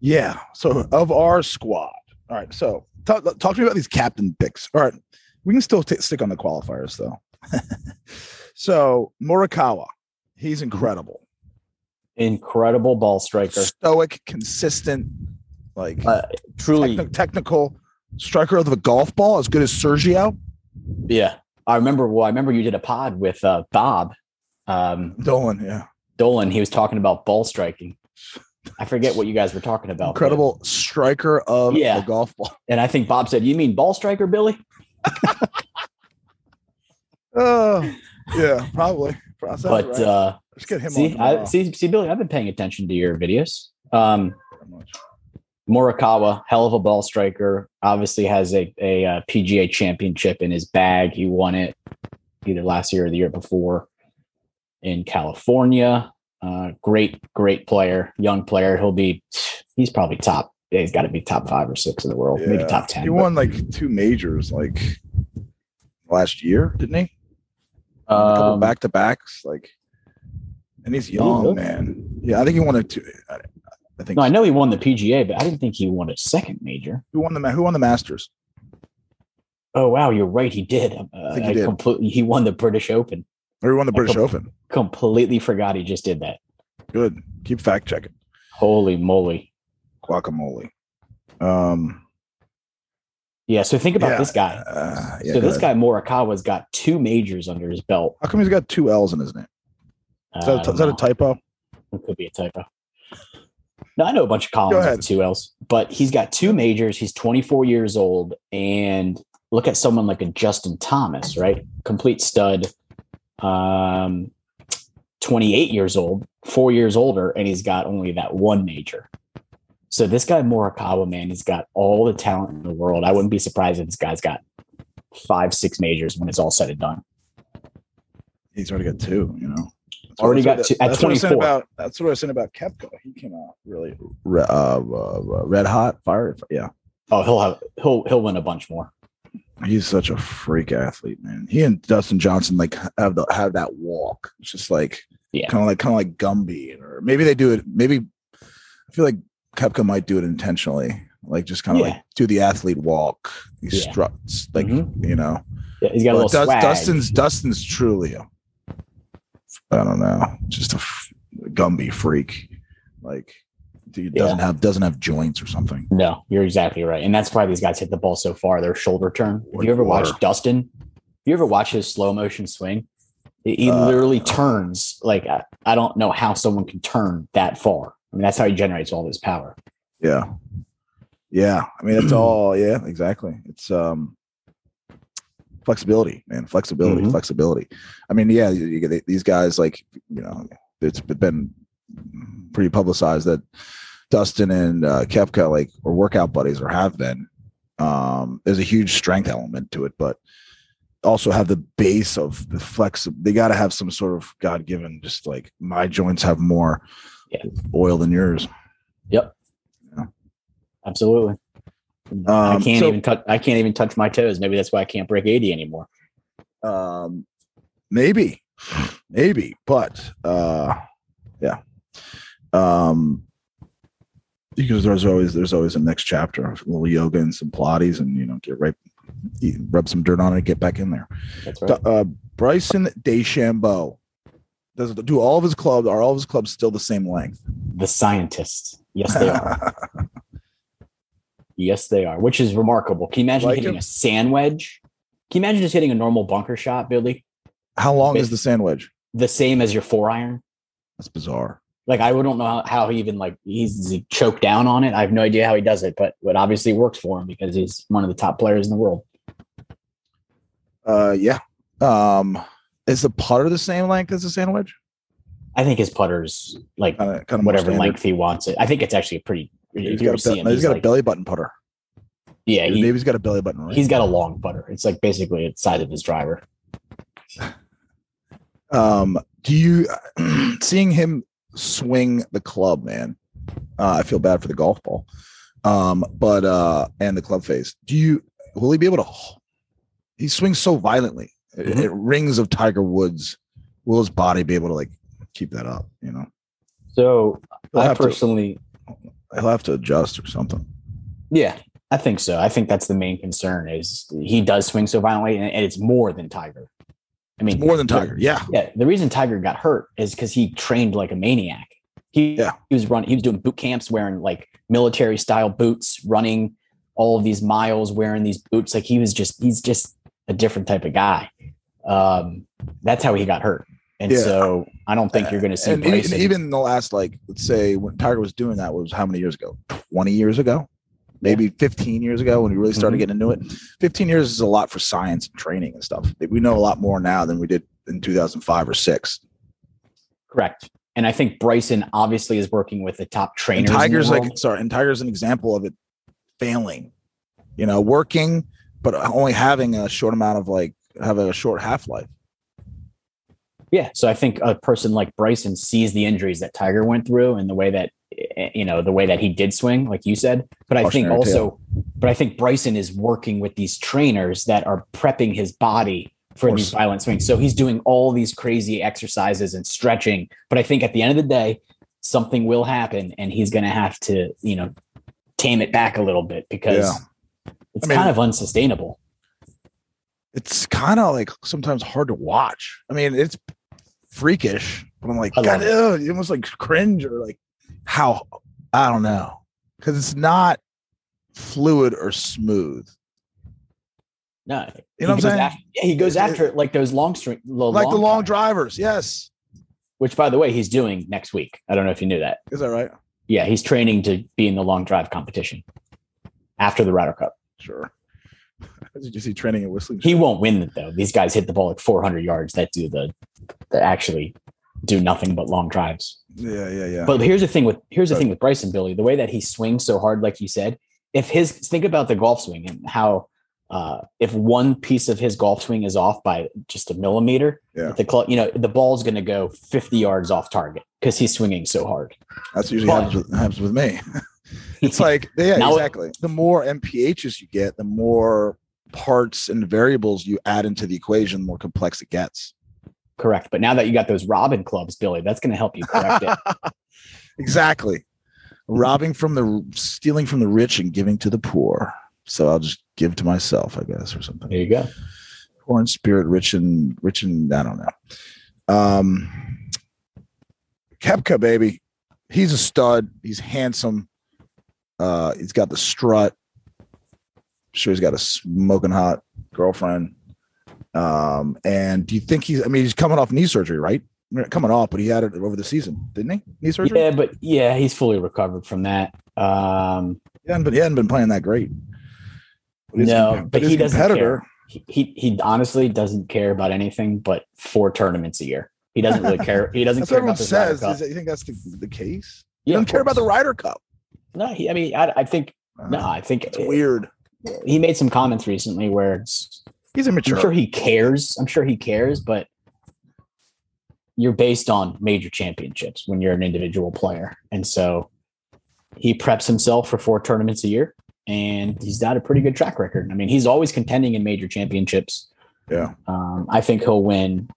[SPEAKER 1] Yeah. So of our squad. All right. So talk, talk to me about these captain picks. All right. We can still t- stick on the qualifiers though. so Morikawa, he's incredible.
[SPEAKER 2] Incredible ball striker.
[SPEAKER 1] Stoic, consistent, like
[SPEAKER 2] Uh, Truly,
[SPEAKER 1] techni- technical striker of the golf ball, as good as Sergio.
[SPEAKER 2] yeah. I remember. Well, I remember you did a pod with uh, Bob um,
[SPEAKER 1] Dolan, yeah.
[SPEAKER 2] Dolan. He was talking about ball striking. I forget what you guys were talking about. but-
[SPEAKER 1] Incredible striker of
[SPEAKER 2] Oh, Yeah.
[SPEAKER 1] the golf ball.
[SPEAKER 2] And I think Bob said, "You mean ball striker, Billy?"
[SPEAKER 1] Oh, yeah, probably. Sounds
[SPEAKER 2] but
[SPEAKER 1] right.
[SPEAKER 2] uh,
[SPEAKER 1] Let's get him
[SPEAKER 2] see,
[SPEAKER 1] on.
[SPEAKER 2] I,
[SPEAKER 1] tomorrow.
[SPEAKER 2] see, see, Billy, I've been paying attention to your videos. Um,
[SPEAKER 1] Pretty much.
[SPEAKER 2] Morikawa, hell of a ball striker, obviously has a, a, uh PGA championship in his bag. He won it either last year or the year before in California. Uh, great, great player, young player. He'll be, he's probably top, yeah, he's got to be top five or six in the world, maybe
[SPEAKER 1] Yeah.
[SPEAKER 2] top 10.
[SPEAKER 1] He
[SPEAKER 2] but,
[SPEAKER 1] won like two majors like last year, didn't he? a couple
[SPEAKER 2] um,
[SPEAKER 1] back to backs, like, and he's young,
[SPEAKER 2] really?
[SPEAKER 1] man. Yeah, I think he won a two. I, I think
[SPEAKER 2] no, I know he won the PGA, but I didn't think he won a second major.
[SPEAKER 1] who won the Ma- who won the Masters?
[SPEAKER 2] Oh, wow, you're right. He did. Uh, I
[SPEAKER 1] think he did.
[SPEAKER 2] completely, he won the British Open.
[SPEAKER 1] Or he won the
[SPEAKER 2] Like a-
[SPEAKER 1] British Open.
[SPEAKER 2] Completely forgot he just did that.
[SPEAKER 1] Good. Keep fact checking.
[SPEAKER 2] Holy moly.
[SPEAKER 1] Guacamole. Um.
[SPEAKER 2] Yeah. So think about
[SPEAKER 1] Yeah.
[SPEAKER 2] this guy.
[SPEAKER 1] uh, yeah,
[SPEAKER 2] so this
[SPEAKER 1] good.
[SPEAKER 2] guy Morikawa's got two majors under his belt.
[SPEAKER 1] How come he's got two L's in his name? Is
[SPEAKER 2] Uh, I
[SPEAKER 1] that,
[SPEAKER 2] don't
[SPEAKER 1] is that a
[SPEAKER 2] know.
[SPEAKER 1] typo?
[SPEAKER 2] It could be a typo. No, I know a bunch of columns
[SPEAKER 1] ahead.
[SPEAKER 2] with two L's, but he's got two majors. He's 24 years old, and look at someone like a Justin Thomas, right? Complete stud. Um, 28 years old, four years older, and he's got only that one major. So this guy Morikawa, man, he's got all the talent in the world. I wouldn't be surprised if this guy's got five, six majors when it's all said and done.
[SPEAKER 1] He's already got two. You know. That's
[SPEAKER 2] Already
[SPEAKER 1] what I
[SPEAKER 2] got
[SPEAKER 1] said-
[SPEAKER 2] two- at
[SPEAKER 1] that's what I said
[SPEAKER 2] 24.
[SPEAKER 1] About, that's what I was saying about Kepka. He came out really re- uh, uh, uh, red hot, fire. Yeah.
[SPEAKER 2] Oh, he'll have he'll he'll win a bunch more.
[SPEAKER 1] He's such a freak athlete, man. He and Dustin Johnson like have the have that walk. It's just like
[SPEAKER 2] Yeah.
[SPEAKER 1] kind of like kind of like Gumby, or maybe they do it. Maybe I feel like Kepka might do it intentionally, like just kind of
[SPEAKER 2] Yeah.
[SPEAKER 1] like do the athlete walk. He
[SPEAKER 2] Yeah.
[SPEAKER 1] struts like
[SPEAKER 2] Mhm.
[SPEAKER 1] you know.
[SPEAKER 2] Yeah, he's got a
[SPEAKER 1] But
[SPEAKER 2] little
[SPEAKER 1] Dus-
[SPEAKER 2] swag.
[SPEAKER 1] Dustin's Dustin's truly, a, I don't know, just a f- Gumby freak. Like dude
[SPEAKER 2] Yeah.
[SPEAKER 1] doesn't have doesn't have joints or something.
[SPEAKER 2] No, you're exactly right, and that's why these guys hit the ball so far. Their shoulder turn. Have
[SPEAKER 1] Like
[SPEAKER 2] you ever watched
[SPEAKER 1] water.
[SPEAKER 2] Dustin? Have you ever watch his slow motion swing? He, he
[SPEAKER 1] Uh,
[SPEAKER 2] literally turns like I, I don't know how someone can turn that far. I mean, that's how he generates all this power.
[SPEAKER 1] Yeah. Yeah. I mean, it's all, yeah, exactly. It's, um, flexibility, man, flexibility,
[SPEAKER 2] Mhm.
[SPEAKER 1] flexibility. I mean, yeah, you, you get these guys, like, you know, it's been pretty publicized that Dustin and uh, Kepka, like, are workout buddies or have been. Um, there's a huge strength element to it, but also have the base of the flex. They got to have some sort of God given, just like my joints have more
[SPEAKER 2] Yeah.
[SPEAKER 1] oil than yours.
[SPEAKER 2] Absolutely.
[SPEAKER 1] Um,
[SPEAKER 2] I can't
[SPEAKER 1] so-
[SPEAKER 2] even touch. I can't even touch my toes. Maybe that's why I can't break eighty anymore.
[SPEAKER 1] um maybe maybe but uh yeah um because there's always there's always a next chapter of a little yoga and some pilates and you know get right eat- rub some dirt on it and get back in there
[SPEAKER 2] That's right.
[SPEAKER 1] uh bryson deschambeau does do all of his clubs are all of his clubs still the same length
[SPEAKER 2] The scientists. Yes, they are. Yes, they are, which is remarkable. Can you imagine
[SPEAKER 1] Like
[SPEAKER 2] hitting
[SPEAKER 1] him?
[SPEAKER 2] a sand wedge? Can you imagine just hitting a normal bunker shot, Billy?
[SPEAKER 1] how long is the sandwich
[SPEAKER 2] The same as your four iron?
[SPEAKER 1] that's bizarre
[SPEAKER 2] Like I don't know how, how he even like he's does he choked down on it. I have no idea how he does it, but it obviously works for him because he's one of the top players in the world.
[SPEAKER 1] uh yeah um is the putter the same length as the sandwich
[SPEAKER 2] I think his putter's like
[SPEAKER 1] kind of kind of
[SPEAKER 2] whatever length he wants it. I think it's actually a pretty.
[SPEAKER 1] He's
[SPEAKER 2] If
[SPEAKER 1] got,
[SPEAKER 2] you ever
[SPEAKER 1] a,
[SPEAKER 2] see
[SPEAKER 1] be-
[SPEAKER 2] him,
[SPEAKER 1] he's
[SPEAKER 2] he's
[SPEAKER 1] got a
[SPEAKER 2] like-
[SPEAKER 1] belly button putter.
[SPEAKER 2] yeah,
[SPEAKER 1] Dude,
[SPEAKER 2] he,
[SPEAKER 1] Navy's got a belly button, right?
[SPEAKER 2] he's got a long putter. It's like basically the size of his driver.
[SPEAKER 1] um, do you seeing him swing the club, man? Uh, I feel bad for the golf ball, um, but uh, and the club face. Do you will he be able to? He swings so violently, It-
[SPEAKER 2] Mhm.
[SPEAKER 1] it rings of Tiger Woods. Will his body be able to like keep that up? You know,
[SPEAKER 2] So
[SPEAKER 1] He'll
[SPEAKER 2] I
[SPEAKER 1] have to-
[SPEAKER 2] personally,
[SPEAKER 1] he'll have to adjust or something.
[SPEAKER 2] Yeah, I think so. I think that's the main concern is he does swing so violently, and, and it's more than Tiger. I mean,
[SPEAKER 1] More than Tiger. Yeah.
[SPEAKER 2] Yeah, the reason Tiger got hurt is because he trained like a maniac. He
[SPEAKER 1] Yeah.
[SPEAKER 2] he was running. He was doing boot camps, wearing like military style boots, running all of these miles, wearing these boots. Like he was just he's just a different type of guy. Um, that's how he got hurt. And
[SPEAKER 1] Yeah.
[SPEAKER 2] so I don't think you're going to see
[SPEAKER 1] And, e- and
[SPEAKER 2] Bryson.
[SPEAKER 1] even the last, like, let's say when Tiger was doing that was how many years ago? 20 years ago? Maybe 15 years ago when we really started
[SPEAKER 2] Mhm.
[SPEAKER 1] getting into it. 15 years is a lot for science and training and stuff. We know a lot more now than we did in 2005 or six.
[SPEAKER 2] correct. And I think Bryson obviously is working with the top
[SPEAKER 1] And
[SPEAKER 2] trainers. in the
[SPEAKER 1] Tiger's
[SPEAKER 2] world.
[SPEAKER 1] like, sorry, and Tiger's an example of it failing, you know, working, but only having a short amount of like, have a short half life.
[SPEAKER 2] Yeah. So I think a person like Bryson sees the injuries that Tiger went through and the way that eh, you know the way that he did swing, like you said. But I think
[SPEAKER 1] Cautionary
[SPEAKER 2] also, but I think Bryson is working with these trainers that are prepping his body for
[SPEAKER 1] Of
[SPEAKER 2] these
[SPEAKER 1] course.
[SPEAKER 2] violent swings. So he's doing all these crazy exercises and stretching. But I think at the end of the day, something will happen, and he's going to have to you know tame it back a little bit because it's
[SPEAKER 1] I mean-
[SPEAKER 2] kind of unsustainable.
[SPEAKER 1] it's kind of like sometimes hard to watch. I mean, it's freakish, but I'm like,
[SPEAKER 2] I love
[SPEAKER 1] God, ew, you almost like cringe or like how I don't know because it's not fluid or smooth.
[SPEAKER 2] No,
[SPEAKER 1] You know
[SPEAKER 2] he
[SPEAKER 1] what
[SPEAKER 2] goes
[SPEAKER 1] I'm saying?
[SPEAKER 2] af- yeah, he goes
[SPEAKER 1] It-
[SPEAKER 2] after it like those long string,
[SPEAKER 1] like the long
[SPEAKER 2] drive.
[SPEAKER 1] drivers. Yes,
[SPEAKER 2] which by the way he's doing next week i don't know if you knew that
[SPEAKER 1] is that right?
[SPEAKER 2] yeah he's training to be in the long drive competition after the Ryder Cup.
[SPEAKER 1] Sure. Did you see training and whistling?
[SPEAKER 2] He won't win it though. These guys hit the ball at 400 yards that do the that actually do nothing but long drives.
[SPEAKER 1] yeah, yeah, yeah.
[SPEAKER 2] But here's the thing with here's the
[SPEAKER 1] Right.
[SPEAKER 2] thing with Bryson Billy, the way that he swings so hard like you said, if his think about the golf swing and how uh, if one piece of his golf swing is off by just a millimeter,
[SPEAKER 1] Yeah.
[SPEAKER 2] the club, you know, the ball's going to go 50 yards off target because he's swinging so hard.
[SPEAKER 1] That's usually
[SPEAKER 2] but-
[SPEAKER 1] happens with, happens with me. it's like yeah,
[SPEAKER 2] Now-
[SPEAKER 1] exactly. The more MPHs you get, the more parts and variables you add into the equation, the more complex it gets.
[SPEAKER 2] Correct. But now that you got those Robin clubs, Billy, that's going to help you correct it.
[SPEAKER 1] exactly. Robbing from the stealing from the rich and giving to the poor. So I'll just give to myself, I guess, or something.
[SPEAKER 2] There you go.
[SPEAKER 1] Poor in spirit, rich in rich in I don't know. Um Kepka, baby. He's a stud. He's handsome. Uh he's got the strut. sure he's got a smoking hot girlfriend. Um, and do you think he's I mean he's coming off knee surgery, right? Coming off, but he had it over the season, didn't he? Knee surgery?
[SPEAKER 2] Yeah, but yeah, he's fully recovered from that. Um,
[SPEAKER 1] He hadn't been, he hadn't been playing that great.
[SPEAKER 2] No, but he doesn't
[SPEAKER 1] competitor,
[SPEAKER 2] he, he he honestly doesn't care about anything but four tournaments a year. He doesn't really care. He doesn't
[SPEAKER 1] That's
[SPEAKER 2] care
[SPEAKER 1] what everyone
[SPEAKER 2] about this Ryder
[SPEAKER 1] says.
[SPEAKER 2] Cup.
[SPEAKER 1] Is that you think that's the, the case? You
[SPEAKER 2] Yeah,
[SPEAKER 1] don't
[SPEAKER 2] of
[SPEAKER 1] care about the
[SPEAKER 2] course.
[SPEAKER 1] Ryder Cup.
[SPEAKER 2] No, he, I mean, I, I think
[SPEAKER 1] Uh,
[SPEAKER 2] no, I think
[SPEAKER 1] it's weird.
[SPEAKER 2] He made some comments recently where it's,
[SPEAKER 1] He's
[SPEAKER 2] I'm
[SPEAKER 1] immature.
[SPEAKER 2] sure he cares. I'm sure he cares, but you're based on major championships when you're an individual player. And so he preps himself for four tournaments a year and he's got a pretty good track record. I mean, he's always contending in major championships.
[SPEAKER 1] Yeah.
[SPEAKER 2] Um, I think he'll win,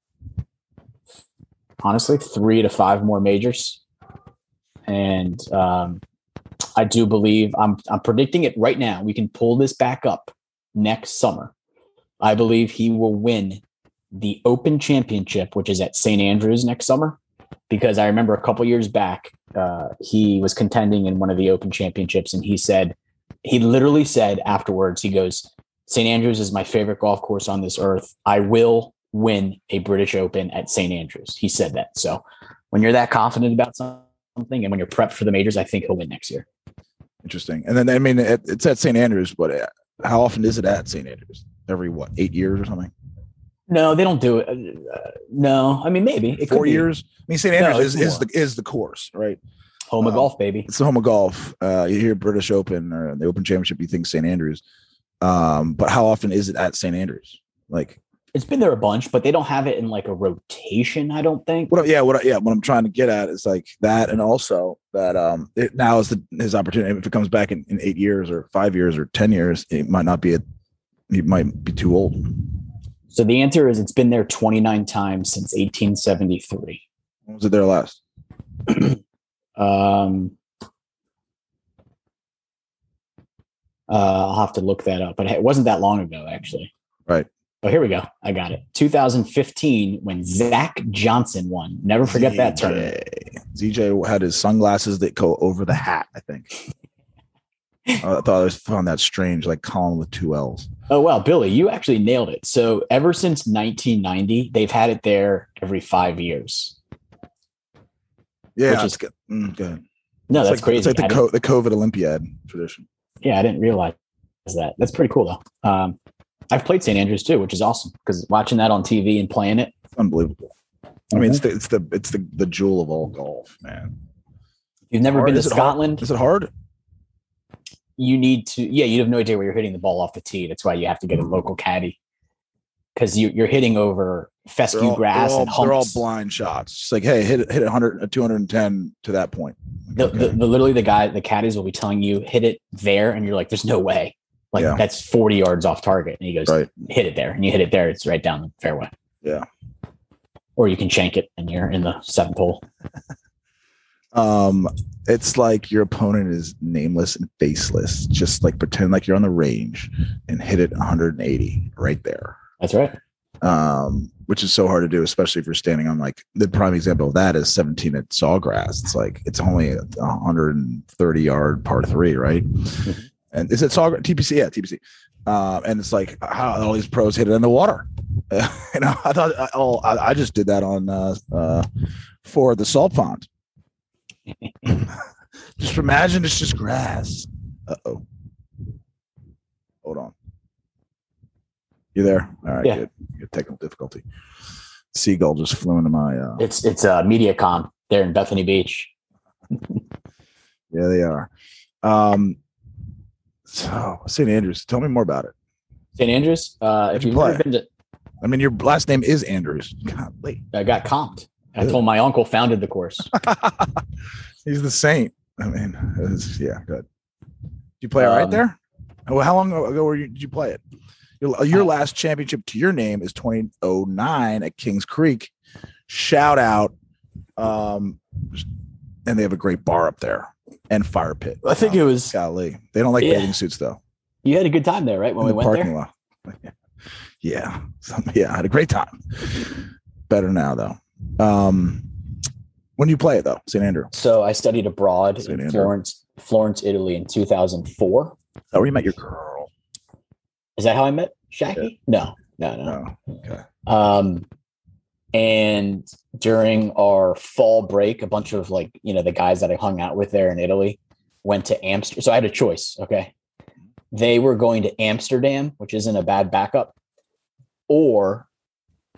[SPEAKER 2] honestly, three to five more majors. And um, I do believe I'm, I'm predicting it right now. We can pull this back up next summer. I believe he will win the Open Championship, which is at St. Andrews next summer, because I remember a couple years back, uh, he was contending in one of the Open Championships, and he said, he literally said afterwards, he goes, St. Andrews is my favorite golf course on this earth. I will win a British Open at St. Andrews. He said that. So when you're that confident about some- something and when you're prepped for the majors, I think he'll win next year.
[SPEAKER 1] Interesting. And then I mean, it, it's at St. Andrews, but uh, how often is it at St. Andrews? Every what? Eight years or something?
[SPEAKER 2] No, they don't do it. Uh, no, I mean, maybe. It
[SPEAKER 1] Four
[SPEAKER 2] could be
[SPEAKER 1] years? I mean, St.
[SPEAKER 2] No,
[SPEAKER 1] Andrews is,
[SPEAKER 2] it's
[SPEAKER 1] is
[SPEAKER 2] more.
[SPEAKER 1] the is the course, right?
[SPEAKER 2] Home of
[SPEAKER 1] Um,
[SPEAKER 2] golf, baby.
[SPEAKER 1] It's the home of golf. Uh, you hear British Open or the Open Championship, you think St. Andrews. Um, but how often is it at St. Andrews? Like
[SPEAKER 2] It's been there a bunch, but they don't have it in like a rotation, I don't think.
[SPEAKER 1] what I- yeah what I- yeah what I'm trying to get at is like that and also that um it, now is the his opportunity if it comes back in, in eight years or five years or ten years it might not be a he might be too old
[SPEAKER 2] So the answer is it's been there 29 times since 1873.
[SPEAKER 1] when was it there last
[SPEAKER 2] Um, Uh, I'll have to look that up, but it wasn't that long ago, actually.
[SPEAKER 1] Right.
[SPEAKER 2] Oh, here we go. I got it. 2015, when Zach Johnson won. Never forget that term.
[SPEAKER 1] ZJ. ZJ had his sunglasses that go over the hat, I think. I thought I was found that strange, like Colin with two L's.
[SPEAKER 2] Oh, wow. Billy, you actually nailed it. So, ever since 1990, they've had it there every five years.
[SPEAKER 1] Yeah,
[SPEAKER 2] Which is-
[SPEAKER 1] it's good. Mm, good.
[SPEAKER 2] No,
[SPEAKER 1] it's like,
[SPEAKER 2] that's crazy.
[SPEAKER 1] It's like
[SPEAKER 2] I
[SPEAKER 1] the, co-
[SPEAKER 2] didn't-
[SPEAKER 1] the COVID Olympiad tradition.
[SPEAKER 2] yeah, I didn't realize that. That's pretty cool, though. Um, I've played St. Andrews too, which is awesome because watching that on TV and playing it,
[SPEAKER 1] It's unbelievable. I mean, it's the it's the it's the, the jewel of all golf, man.
[SPEAKER 2] you've never
[SPEAKER 1] hard.
[SPEAKER 2] been to
[SPEAKER 1] Is it hard?
[SPEAKER 2] Scotland.
[SPEAKER 1] Is it hard?
[SPEAKER 2] you need to yeah you have no idea where you're hitting the ball off the tee that's why you have to
[SPEAKER 1] Mm-hmm.
[SPEAKER 2] get a local caddy because you, you're hitting over fescue
[SPEAKER 1] They're all,
[SPEAKER 2] grass
[SPEAKER 1] they're all,
[SPEAKER 2] and humps
[SPEAKER 1] they're all blind shots. It's like, hey, hit hit 100, a 210 to that point. Like,
[SPEAKER 2] the, the,
[SPEAKER 1] okay.
[SPEAKER 2] the- literally the guy the caddies will be telling you hit it there and you're like there's no way like
[SPEAKER 1] Yeah.
[SPEAKER 2] that's 40 yards off target and he goes
[SPEAKER 1] right.
[SPEAKER 2] hit it there and you hit it there it's right down the fairway
[SPEAKER 1] Yeah.
[SPEAKER 2] or you can shank it and you're in the seventh hole
[SPEAKER 1] Um, it's like your opponent is nameless and faceless. Just like pretend like you're on the range and hit it 180 right there.
[SPEAKER 2] that's right
[SPEAKER 1] Um, which is so hard to do, especially if you're standing on like the prime example of that is 17 at Sawgrass. It's like it's only a 130 yard par three, right? And is it Sawgrass TPC? Yeah, TPC. Um, and it's like how all these pros hit it in the water. you know, I thought oh, I, I just did that on uh, uh, for the salt pond. Just imagine it's just grass. Uh oh. Hold on. You there? All right,
[SPEAKER 2] Yeah.
[SPEAKER 1] good. Good technical difficulty. Seagull just flew into my. Uh,
[SPEAKER 2] it's it's uh mediacom there in bethany beach
[SPEAKER 1] yeah, they are. Um, so St. Andrews, tell me more about it.
[SPEAKER 2] st andrews uh if
[SPEAKER 1] you
[SPEAKER 2] you've never
[SPEAKER 1] play?
[SPEAKER 2] been to
[SPEAKER 1] I mean, your last name is Andrews. Golly,
[SPEAKER 2] i got comped i
[SPEAKER 1] Really?
[SPEAKER 2] told my uncle founded the course
[SPEAKER 1] he's the saint. I mean, it's, yeah, good. Did you play all right
[SPEAKER 2] Um,
[SPEAKER 1] there? Well, how long ago were you, did you play it? Your, your
[SPEAKER 2] Uh,
[SPEAKER 1] last championship to your name is 2009 at Kings Creek. Shout out. Um, and they have a great bar up there and fire pit.
[SPEAKER 2] i think it was
[SPEAKER 1] golly. They don't like
[SPEAKER 2] Yeah.
[SPEAKER 1] bathing suits though.
[SPEAKER 2] You had a good time there, right? When we
[SPEAKER 1] in the
[SPEAKER 2] went
[SPEAKER 1] parking
[SPEAKER 2] there,
[SPEAKER 1] lot. Yeah. So, yeah. I had a great time. Better now though. Um, when do you play it though? St. Andrew.
[SPEAKER 2] so I studied abroad
[SPEAKER 1] St.
[SPEAKER 2] in
[SPEAKER 1] Andrew.
[SPEAKER 2] Florence, Florence, Italy, in 2004.
[SPEAKER 1] Oh, you met your girl.
[SPEAKER 2] Is that how I met Shaggy? No, no, no.
[SPEAKER 1] No. Okay.
[SPEAKER 2] Um, and during our fall break, a bunch of like you know the guys that I hung out with there in Italy went to Amsterdam. So I had a choice. Okay, they were going to Amsterdam, which isn't a bad backup, or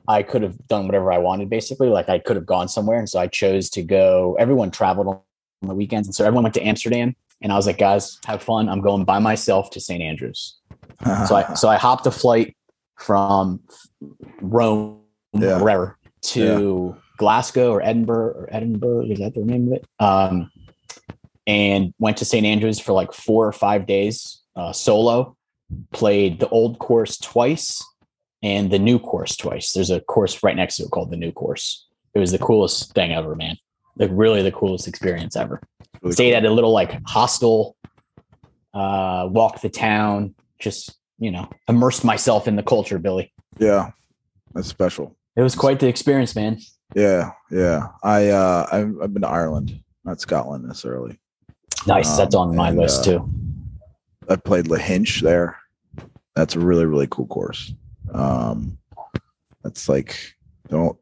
[SPEAKER 2] I could have done whatever I wanted. Basically, like I could have gone somewhere, and so I chose to go. Everyone traveled on the weekends, and so everyone went to Amsterdam. And I was like, guys, have fun. I'm going by myself to St. Andrews
[SPEAKER 1] Oh.
[SPEAKER 2] so I so I hopped a flight from Rome
[SPEAKER 1] Yeah.
[SPEAKER 2] or wherever to Glasgow or Edinburgh or Edinburgh is that the name of it? Um, and went to St Andrews for like four or five days uh, solo. Played the old course twice and the new course twice. There's a course right next to it called the new course. It was the coolest thing ever, man. Like really the coolest experience ever
[SPEAKER 1] Really
[SPEAKER 2] stayed
[SPEAKER 1] cool.
[SPEAKER 2] at a little like hostel uh walked the town just you know immersed myself in the culture billy
[SPEAKER 1] Yeah, that's special.
[SPEAKER 2] it was quite the experience man
[SPEAKER 1] Yeah, yeah. I uh, I've, I've been to Ireland, not Scotland necessarily.
[SPEAKER 2] nice that's
[SPEAKER 1] Um,
[SPEAKER 2] on my
[SPEAKER 1] and,
[SPEAKER 2] list
[SPEAKER 1] uh,
[SPEAKER 2] too
[SPEAKER 1] I played La Hinch there. That's a really really cool course. Um, that's like don't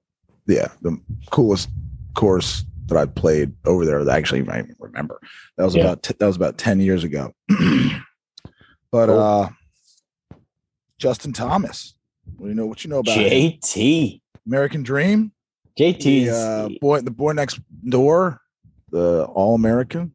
[SPEAKER 1] yeah the coolest course that I played over there. That actually I even remember that was
[SPEAKER 2] Yeah.
[SPEAKER 1] about t- that was about ten years ago. but
[SPEAKER 2] Cool.
[SPEAKER 1] uh, Justin Thomas, we know what you know about him.
[SPEAKER 2] jt
[SPEAKER 1] American Dream.
[SPEAKER 2] jt's
[SPEAKER 1] the uh, boy, the boy next door, the all American.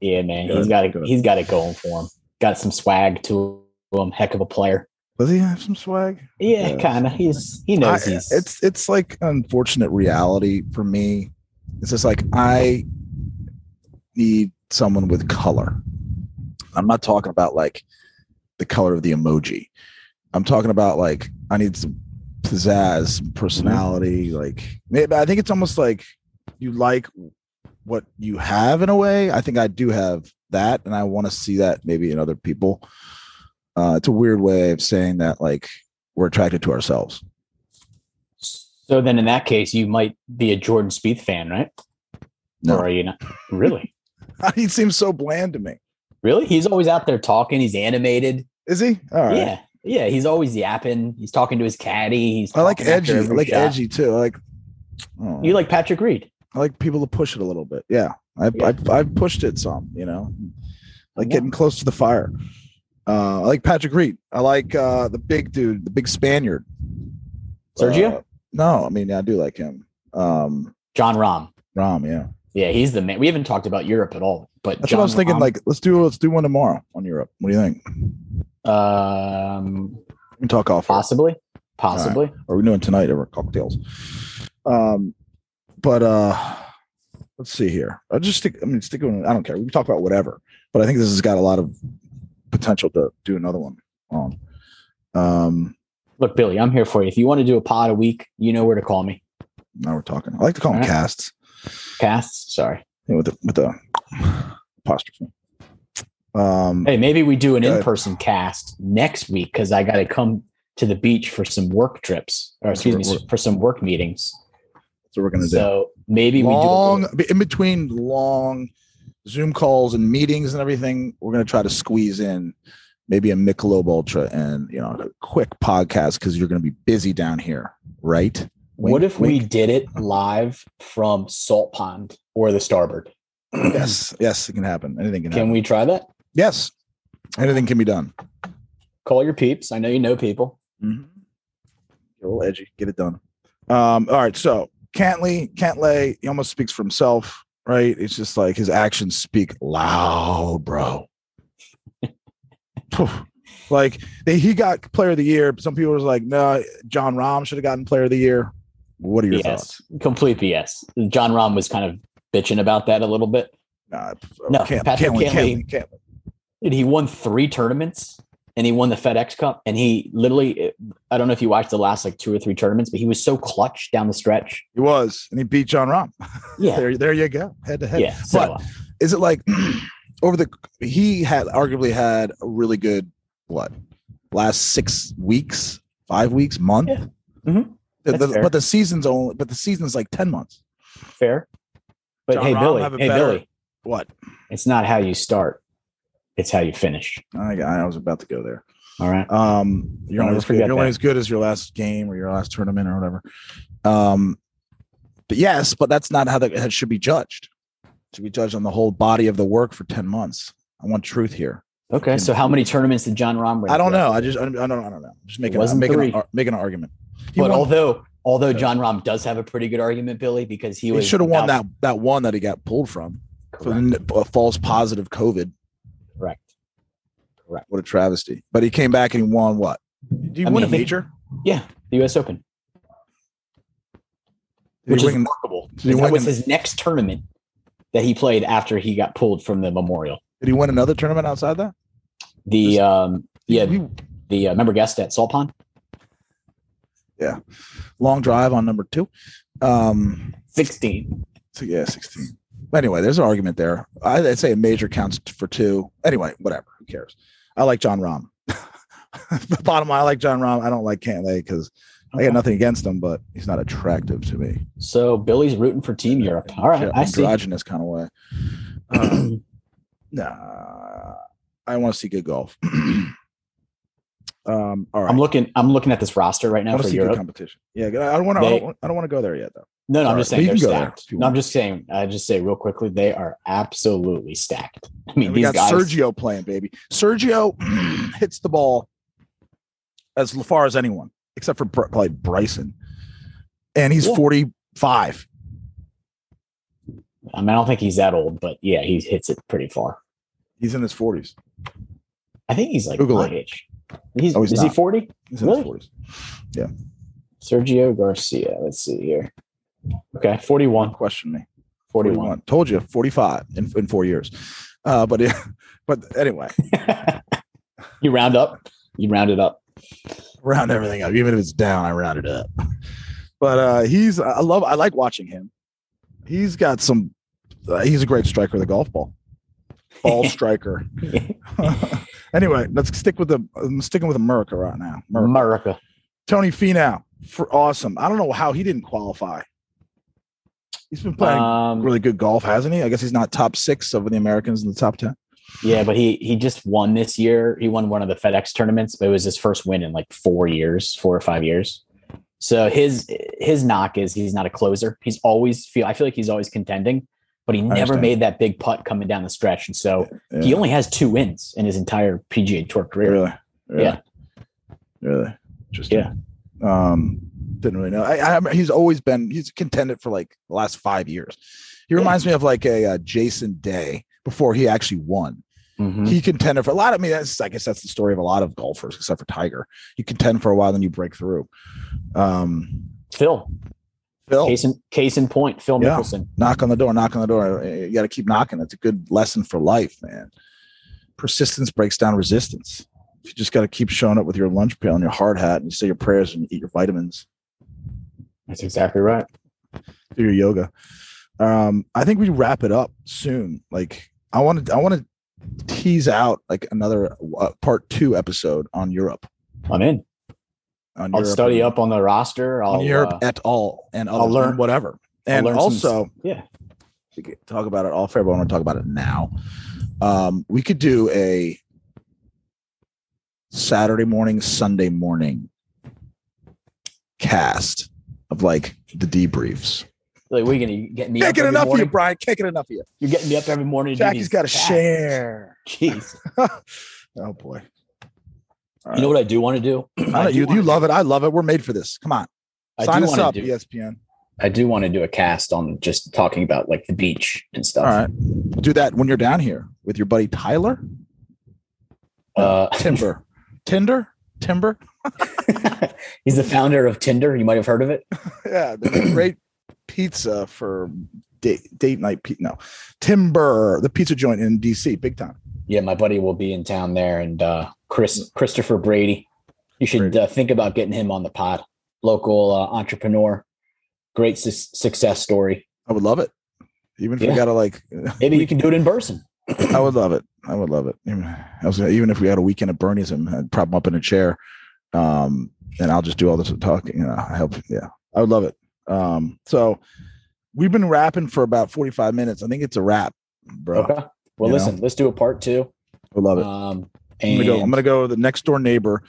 [SPEAKER 2] yeah man
[SPEAKER 1] good,
[SPEAKER 2] he's got it
[SPEAKER 1] good.
[SPEAKER 2] he's got it going for him got some swag to him heck of a player
[SPEAKER 1] Does he have some swag?
[SPEAKER 2] yeah,
[SPEAKER 1] Yeah.
[SPEAKER 2] kind of he's he knows
[SPEAKER 1] I-
[SPEAKER 2] he's
[SPEAKER 1] it's it's like unfortunate reality for me. It's just like I need someone with color. I'm not talking about like the color of the emoji. I'm talking about like I need some pizzazz, some personality. Like maybe I think it's almost like you like what you have in a way. I think I do have that, and I want to see that maybe in other people. Uh, it's a weird way of saying that, like we're attracted to ourselves.
[SPEAKER 2] So then, in that case, you might be a Jordan Spieth fan, right?
[SPEAKER 1] No.
[SPEAKER 2] Or are you not? Really?
[SPEAKER 1] he seems so bland to me.
[SPEAKER 2] really? He's always out there talking. He's animated.
[SPEAKER 1] Is he? All right.
[SPEAKER 2] Yeah. Yeah. He's always yapping. He's talking to his caddy. He's.
[SPEAKER 1] I like
[SPEAKER 2] talking after
[SPEAKER 1] edgy. I
[SPEAKER 2] every
[SPEAKER 1] like
[SPEAKER 2] shot.
[SPEAKER 1] edgy too. I like. oh,
[SPEAKER 2] You like Patrick Reed?
[SPEAKER 1] I like people to push it a little bit. Yeah, I
[SPEAKER 2] Yeah.
[SPEAKER 1] I've, I've pushed it some. You know, like
[SPEAKER 2] Yeah.
[SPEAKER 1] getting close to the fire. Uh, I like Patrick Reed. I like uh, the big dude, the big Spaniard,
[SPEAKER 2] Sergio?
[SPEAKER 1] Uh, no, I mean I do like him. Um,
[SPEAKER 2] John Rahm.
[SPEAKER 1] Rom, yeah.
[SPEAKER 2] Yeah, he's the man. We haven't talked about Europe at all, but
[SPEAKER 1] That's
[SPEAKER 2] John
[SPEAKER 1] what I was thinking.
[SPEAKER 2] Rahm,
[SPEAKER 1] Like, let's do let's do one tomorrow on Europe. What do you think?
[SPEAKER 2] um,
[SPEAKER 1] We can talk off. air.
[SPEAKER 2] possibly, possibly.
[SPEAKER 1] Or we doing tonight over cocktails. Um, but uh, let's see here. I just stick. I mean, stick. with- I don't care. We can talk about whatever. But I think this has got a lot of potential to do another one on. Um,
[SPEAKER 2] Look, Billy, I'm here for you. If you want to do a pod a week, you know where to call me.
[SPEAKER 1] now we're talking. I like to call them
[SPEAKER 2] All right.
[SPEAKER 1] casts
[SPEAKER 2] Casts, sorry.
[SPEAKER 1] you know, with the, with the apostrophe. Um,
[SPEAKER 2] Hey, maybe we do an
[SPEAKER 1] Good.
[SPEAKER 2] in-person cast next week because I got to come to the beach for some work trips, or
[SPEAKER 1] That's
[SPEAKER 2] excuse
[SPEAKER 1] what
[SPEAKER 2] me,
[SPEAKER 1] we're-
[SPEAKER 2] for some work meetings.
[SPEAKER 1] that's what we're gonna do.
[SPEAKER 2] So maybe
[SPEAKER 1] long
[SPEAKER 2] we do.
[SPEAKER 1] in between long Zoom calls and meetings and everything. We're gonna try to squeeze in maybe a Michelob Ultra and you know a quick podcast because you're gonna be busy down here, right? Wink,
[SPEAKER 2] what if
[SPEAKER 1] wink.
[SPEAKER 2] we did it live from Salt Pond or the Starboard?
[SPEAKER 1] Yes, yes, it can happen. Anything can,
[SPEAKER 2] Can
[SPEAKER 1] happen.
[SPEAKER 2] we try that?
[SPEAKER 1] yes, anything can be done.
[SPEAKER 2] Call your peeps. I know you know people.
[SPEAKER 1] Get a little edgy. Get it done. Um, all right. So Cantley, Cantley, he almost speaks for himself, right? It's just like his actions speak loud, bro. Phew. like they, he got player of the year. Some people was like, no, John Rahm should have gotten player of the year. What are your
[SPEAKER 2] yes,
[SPEAKER 1] thoughts?
[SPEAKER 2] complete BS. John Rahm was kind of bitching about that a little bit.
[SPEAKER 1] Nah,
[SPEAKER 2] No,
[SPEAKER 1] Cant-
[SPEAKER 2] Patrick
[SPEAKER 1] Cantley, Cantley,
[SPEAKER 2] Cantley.
[SPEAKER 1] Cantley.
[SPEAKER 2] Dude, he won three tournaments and he won the FedEx Cup. And he literally, uh, I don't know if you watched the last like two or three tournaments, but he was so clutch down the stretch.
[SPEAKER 1] He was, and he beat John Rahm.
[SPEAKER 2] Yeah.
[SPEAKER 1] There, there you go, head to head.
[SPEAKER 2] Yeah. So,
[SPEAKER 1] But-
[SPEAKER 2] uh,
[SPEAKER 1] is it like over the he had arguably had a really good what last six weeks five weeks month
[SPEAKER 2] Yeah. Mhm.
[SPEAKER 1] The-
[SPEAKER 2] That's
[SPEAKER 1] the-
[SPEAKER 2] fair.
[SPEAKER 1] but the season's only but the season's like 10 months
[SPEAKER 2] fair. But
[SPEAKER 1] John
[SPEAKER 2] hey,
[SPEAKER 1] Rahm
[SPEAKER 2] Billy,
[SPEAKER 1] have a
[SPEAKER 2] hey,
[SPEAKER 1] better-
[SPEAKER 2] Billy,
[SPEAKER 1] what
[SPEAKER 2] it's not how you start, it's how you finish.
[SPEAKER 1] i, I was about to go there
[SPEAKER 2] All right.
[SPEAKER 1] um you're only,
[SPEAKER 2] Don't ever
[SPEAKER 1] as good,
[SPEAKER 2] forget
[SPEAKER 1] you're only
[SPEAKER 2] that.
[SPEAKER 1] as good as your last game or your last tournament or whatever um but yes but that's not how that that should be judged should be judged on the whole body of the work for 10 months i want truth here
[SPEAKER 2] Okay. So, how many tournaments did John Rahm win?
[SPEAKER 1] I don't know. I just I don't, I don't I don't know. I'm just making I'm
[SPEAKER 2] wasn't
[SPEAKER 1] making an,
[SPEAKER 2] three.
[SPEAKER 1] ar- making an argument. He won-
[SPEAKER 2] But although, although John Rahm does have a pretty good argument, Billy, because he
[SPEAKER 1] he
[SPEAKER 2] was
[SPEAKER 1] should have won
[SPEAKER 2] without-
[SPEAKER 1] that that one that he got pulled from for
[SPEAKER 2] Correct.
[SPEAKER 1] the- a false positive COVID.
[SPEAKER 2] Correct.
[SPEAKER 1] What a travesty! But he came back and he won what? Did he
[SPEAKER 2] I
[SPEAKER 1] win
[SPEAKER 2] mean,
[SPEAKER 1] a
[SPEAKER 2] he-
[SPEAKER 1] major?
[SPEAKER 2] Yeah. The U.S. Open.
[SPEAKER 1] Did
[SPEAKER 2] which
[SPEAKER 1] he
[SPEAKER 2] is
[SPEAKER 1] win,
[SPEAKER 2] remarkable.
[SPEAKER 1] did he
[SPEAKER 2] that
[SPEAKER 1] win
[SPEAKER 2] was
[SPEAKER 1] an-
[SPEAKER 2] his next tournament that he played after he got pulled from the Memorial.
[SPEAKER 1] did he win another tournament outside that?
[SPEAKER 2] The
[SPEAKER 1] Just-
[SPEAKER 2] um, yeah,
[SPEAKER 1] He-
[SPEAKER 2] the uh, remember guest at Salt Pond,
[SPEAKER 1] long drive on number two. Um,
[SPEAKER 2] sixteen.
[SPEAKER 1] so yeah, sixteen. Anyway, there's an argument there. I, I'd say a major counts for two. Anyway, whatever. Who cares? I like John Rahm. Bottom line, I like John Rahm. I don't like Cantlay because I got
[SPEAKER 2] Okay.
[SPEAKER 1] nothing against him, but he's not attractive to me.
[SPEAKER 2] So Billy's rooting for Team Europe. All right,
[SPEAKER 1] Yeah,
[SPEAKER 2] I see.
[SPEAKER 1] androgynous kind of way. Uh, nah, I want to see good golf. um, all right,
[SPEAKER 2] I'm looking. I'm looking at this roster right
[SPEAKER 1] I
[SPEAKER 2] now
[SPEAKER 1] want
[SPEAKER 2] for
[SPEAKER 1] to see good
[SPEAKER 2] Europe.
[SPEAKER 1] competition. Yeah, I don't want to. I
[SPEAKER 2] They-
[SPEAKER 1] don't, wanna- I don't want to go there yet, though.
[SPEAKER 2] No, no,
[SPEAKER 1] Sorry,
[SPEAKER 2] I'm just
[SPEAKER 1] but
[SPEAKER 2] saying
[SPEAKER 1] you
[SPEAKER 2] they're
[SPEAKER 1] can go there
[SPEAKER 2] stacked.
[SPEAKER 1] if you
[SPEAKER 2] no, I'm
[SPEAKER 1] want.
[SPEAKER 2] just saying. I just say real quickly, they are absolutely stacked. I mean,
[SPEAKER 1] And we
[SPEAKER 2] these
[SPEAKER 1] got
[SPEAKER 2] guys.
[SPEAKER 1] Sergio playing, baby. Sergio hits the ball as far as anyone, except for Br- like Bryson, and he's
[SPEAKER 2] Yeah.
[SPEAKER 1] 45.
[SPEAKER 2] I mean, I don't think he's that old, but yeah, he hits it pretty far.
[SPEAKER 1] He's in his 40s.
[SPEAKER 2] I think he's like
[SPEAKER 1] Google
[SPEAKER 2] my
[SPEAKER 1] it.
[SPEAKER 2] age. He's,
[SPEAKER 1] Oh, he's
[SPEAKER 2] is he
[SPEAKER 1] not.
[SPEAKER 2] forty?
[SPEAKER 1] He's in
[SPEAKER 2] Really?
[SPEAKER 1] his 40s.
[SPEAKER 2] Sergio Garcia. Let's see here. Okay, 41.
[SPEAKER 1] Question me.
[SPEAKER 2] 41.
[SPEAKER 1] Told you, 45 in, in four years. Uh, but but anyway,
[SPEAKER 2] you round up. You round it up.
[SPEAKER 1] round everything up. Even if it's down, I round it up. But uh, he's I love I like watching him. He's got some. Uh, he's a great striker of the golf ball. ball striker. anyway, let's stick with the I'm sticking with America right now.
[SPEAKER 2] Mm-hmm.
[SPEAKER 1] America.
[SPEAKER 2] America.
[SPEAKER 1] Tony Finau for awesome. I don't know how he didn't qualify. He's been playing
[SPEAKER 2] Um,
[SPEAKER 1] really good golf, hasn't he? I guess he's not top six of the Americans in the top ten.
[SPEAKER 2] yeah, but he he just won this year. He won one of the FedEx tournaments, but it was his first win in like four years, four or five years. So his his knock is he's not a closer. He's always feel I feel like he's always contending, but he never
[SPEAKER 1] understand.
[SPEAKER 2] made that big putt coming down the stretch. And so he
[SPEAKER 1] Yeah,
[SPEAKER 2] only has two wins in his entire PGA Tour career.
[SPEAKER 1] really, really,
[SPEAKER 2] Yeah.
[SPEAKER 1] really. Just Um, didn't really know. I, I, he's always been he's contended for like the last five years. He
[SPEAKER 2] Yeah.
[SPEAKER 1] reminds me of like a uh, Jason Day before he actually won.
[SPEAKER 2] Mhm.
[SPEAKER 1] he contended for a lot of I mean that's I guess that's the story of a lot of golfers except for Tiger. You contend for a while, then you break through. Um
[SPEAKER 2] Phil,
[SPEAKER 1] Phil,
[SPEAKER 2] case in case in point, Phil
[SPEAKER 1] Oh. Yeah.
[SPEAKER 2] Mickelson.
[SPEAKER 1] knock on the door, knock on the door. You gotta keep knocking. That's a good lesson for life, man. Persistence breaks down resistance. You just gotta keep showing up with your lunch pail and your hard hat and you say your prayers and you eat your vitamins,
[SPEAKER 2] That's exactly right.
[SPEAKER 1] do your yoga. Um, I think we wrap it up soon. Like I wanted I want to tease out like another uh, part two episode on Europe.
[SPEAKER 2] I'm in.
[SPEAKER 1] On
[SPEAKER 2] I'll
[SPEAKER 1] Europe
[SPEAKER 2] study
[SPEAKER 1] and-
[SPEAKER 2] up on the roster. I'll
[SPEAKER 1] on Europe
[SPEAKER 2] uh,
[SPEAKER 1] at all and
[SPEAKER 2] I'll
[SPEAKER 1] other,
[SPEAKER 2] learn-
[SPEAKER 1] learn whatever. And
[SPEAKER 2] learn some
[SPEAKER 1] also,
[SPEAKER 2] yeah.
[SPEAKER 1] we could talk about it all fair, but I want to talk about it now. Um, we could do a Saturday morning, Sunday morning cast of like the debriefs.
[SPEAKER 2] Like we're gonna get me
[SPEAKER 1] Can't
[SPEAKER 2] up
[SPEAKER 1] get
[SPEAKER 2] every
[SPEAKER 1] enough of you,
[SPEAKER 2] morning.
[SPEAKER 1] Brian. Can't get enough of you.
[SPEAKER 2] You're getting me up every morning. to do
[SPEAKER 1] Jackie's
[SPEAKER 2] these
[SPEAKER 1] got to
[SPEAKER 2] tasks.
[SPEAKER 1] share.
[SPEAKER 2] Jeez.
[SPEAKER 1] Oh boy, All
[SPEAKER 2] You know what I do want to do?
[SPEAKER 1] I know, you you love it. I love it. We're made for this. Come on,
[SPEAKER 2] I
[SPEAKER 1] sign
[SPEAKER 2] do
[SPEAKER 1] us
[SPEAKER 2] wanna
[SPEAKER 1] up, E
[SPEAKER 2] do-
[SPEAKER 1] ESPN.
[SPEAKER 2] I do want to do a cast on just talking about like the beach and
[SPEAKER 1] All
[SPEAKER 2] stuff.
[SPEAKER 1] right, do that when you're down here with your buddy Tyler.
[SPEAKER 2] Uh,
[SPEAKER 1] Timber. Tinder? Timber?
[SPEAKER 2] he's the founder of Tinder. You might have heard of it.
[SPEAKER 1] Yeah, the great pizza for date, date night. Pe- no, Timber, the pizza joint in DC, big time.
[SPEAKER 2] Yeah, my buddy will be in town there, and uh, Chris Christopher Brady. You should
[SPEAKER 1] Mm. Brady.
[SPEAKER 2] uh, think about getting him on the pod. Local uh, entrepreneur, great su- success story.
[SPEAKER 1] I would love it. Even if we
[SPEAKER 2] Yeah.
[SPEAKER 1] got to like,
[SPEAKER 2] Maybe you can do it in person.
[SPEAKER 1] I would love it. I would love it. Even, I was gonna, even if we had a weekend at Bernie's and I'd prop him up in a chair, um, and I'll just do all this talking. You know, I help. Yeah, I would love it. Um, so we've been rapping for about forty-five minutes. I think it's a wrap, bro.
[SPEAKER 2] Okay. Well,
[SPEAKER 1] You
[SPEAKER 2] listen, let's do a part two.
[SPEAKER 1] I would love it.
[SPEAKER 2] Um,
[SPEAKER 1] I'm
[SPEAKER 2] and
[SPEAKER 1] gonna go. I'm gonna go to the next door neighbor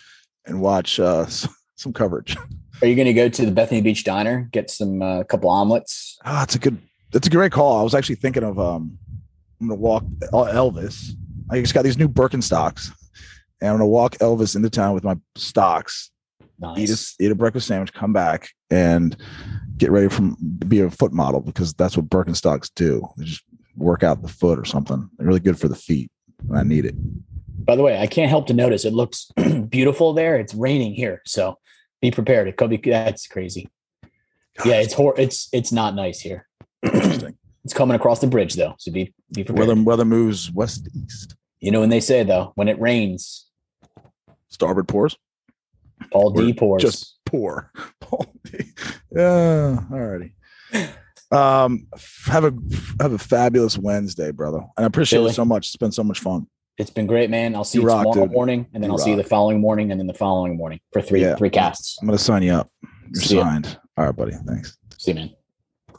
[SPEAKER 1] and watch uh, s- some coverage.
[SPEAKER 2] are you going to go to the Bethany Beach Diner, get some uh, a couple omelets?
[SPEAKER 1] Ah, it's a good. That's a great call. I was actually thinking of. Um, I'm gonna walk El- Elvis. I just got these new Birkenstocks, and I'm gonna walk Elvis into town with my stocks. Eat a,
[SPEAKER 2] Nice.
[SPEAKER 1] s- eat a breakfast sandwich, come back, and get ready from be a foot model because that's what Birkenstocks do. They just work out the foot or something. They're really good for the feet. And I need it.
[SPEAKER 2] By the way, I can't help to notice it looks beautiful there. It's raining here, so be prepared. It could be that's crazy. Yeah, it's hor- it's it's not nice here.
[SPEAKER 1] Interesting.
[SPEAKER 2] It's coming across the bridge though, so be be prepared.
[SPEAKER 1] Weather weather moves west to east.
[SPEAKER 2] you know when they say though, when it rains,
[SPEAKER 1] Starboard pours.
[SPEAKER 2] all D
[SPEAKER 1] We're
[SPEAKER 2] pours.
[SPEAKER 1] just- poor. yeah. Alrighty. Um, f- have a have a fabulous Wednesday, brother. And I appreciate
[SPEAKER 2] Billy.
[SPEAKER 1] it so much. It's been so much fun.
[SPEAKER 2] it's been great, man. I'll see
[SPEAKER 1] You
[SPEAKER 2] you,
[SPEAKER 1] rock,
[SPEAKER 2] tomorrow
[SPEAKER 1] dude.
[SPEAKER 2] morning, and then
[SPEAKER 1] You
[SPEAKER 2] I'll see you
[SPEAKER 1] rock.
[SPEAKER 2] the following morning, and then the following morning for three
[SPEAKER 1] Yeah.
[SPEAKER 2] three casts.
[SPEAKER 1] I'm gonna sign you up. You're
[SPEAKER 2] See ya.
[SPEAKER 1] signed. All right, buddy. Thanks.
[SPEAKER 2] See you, man.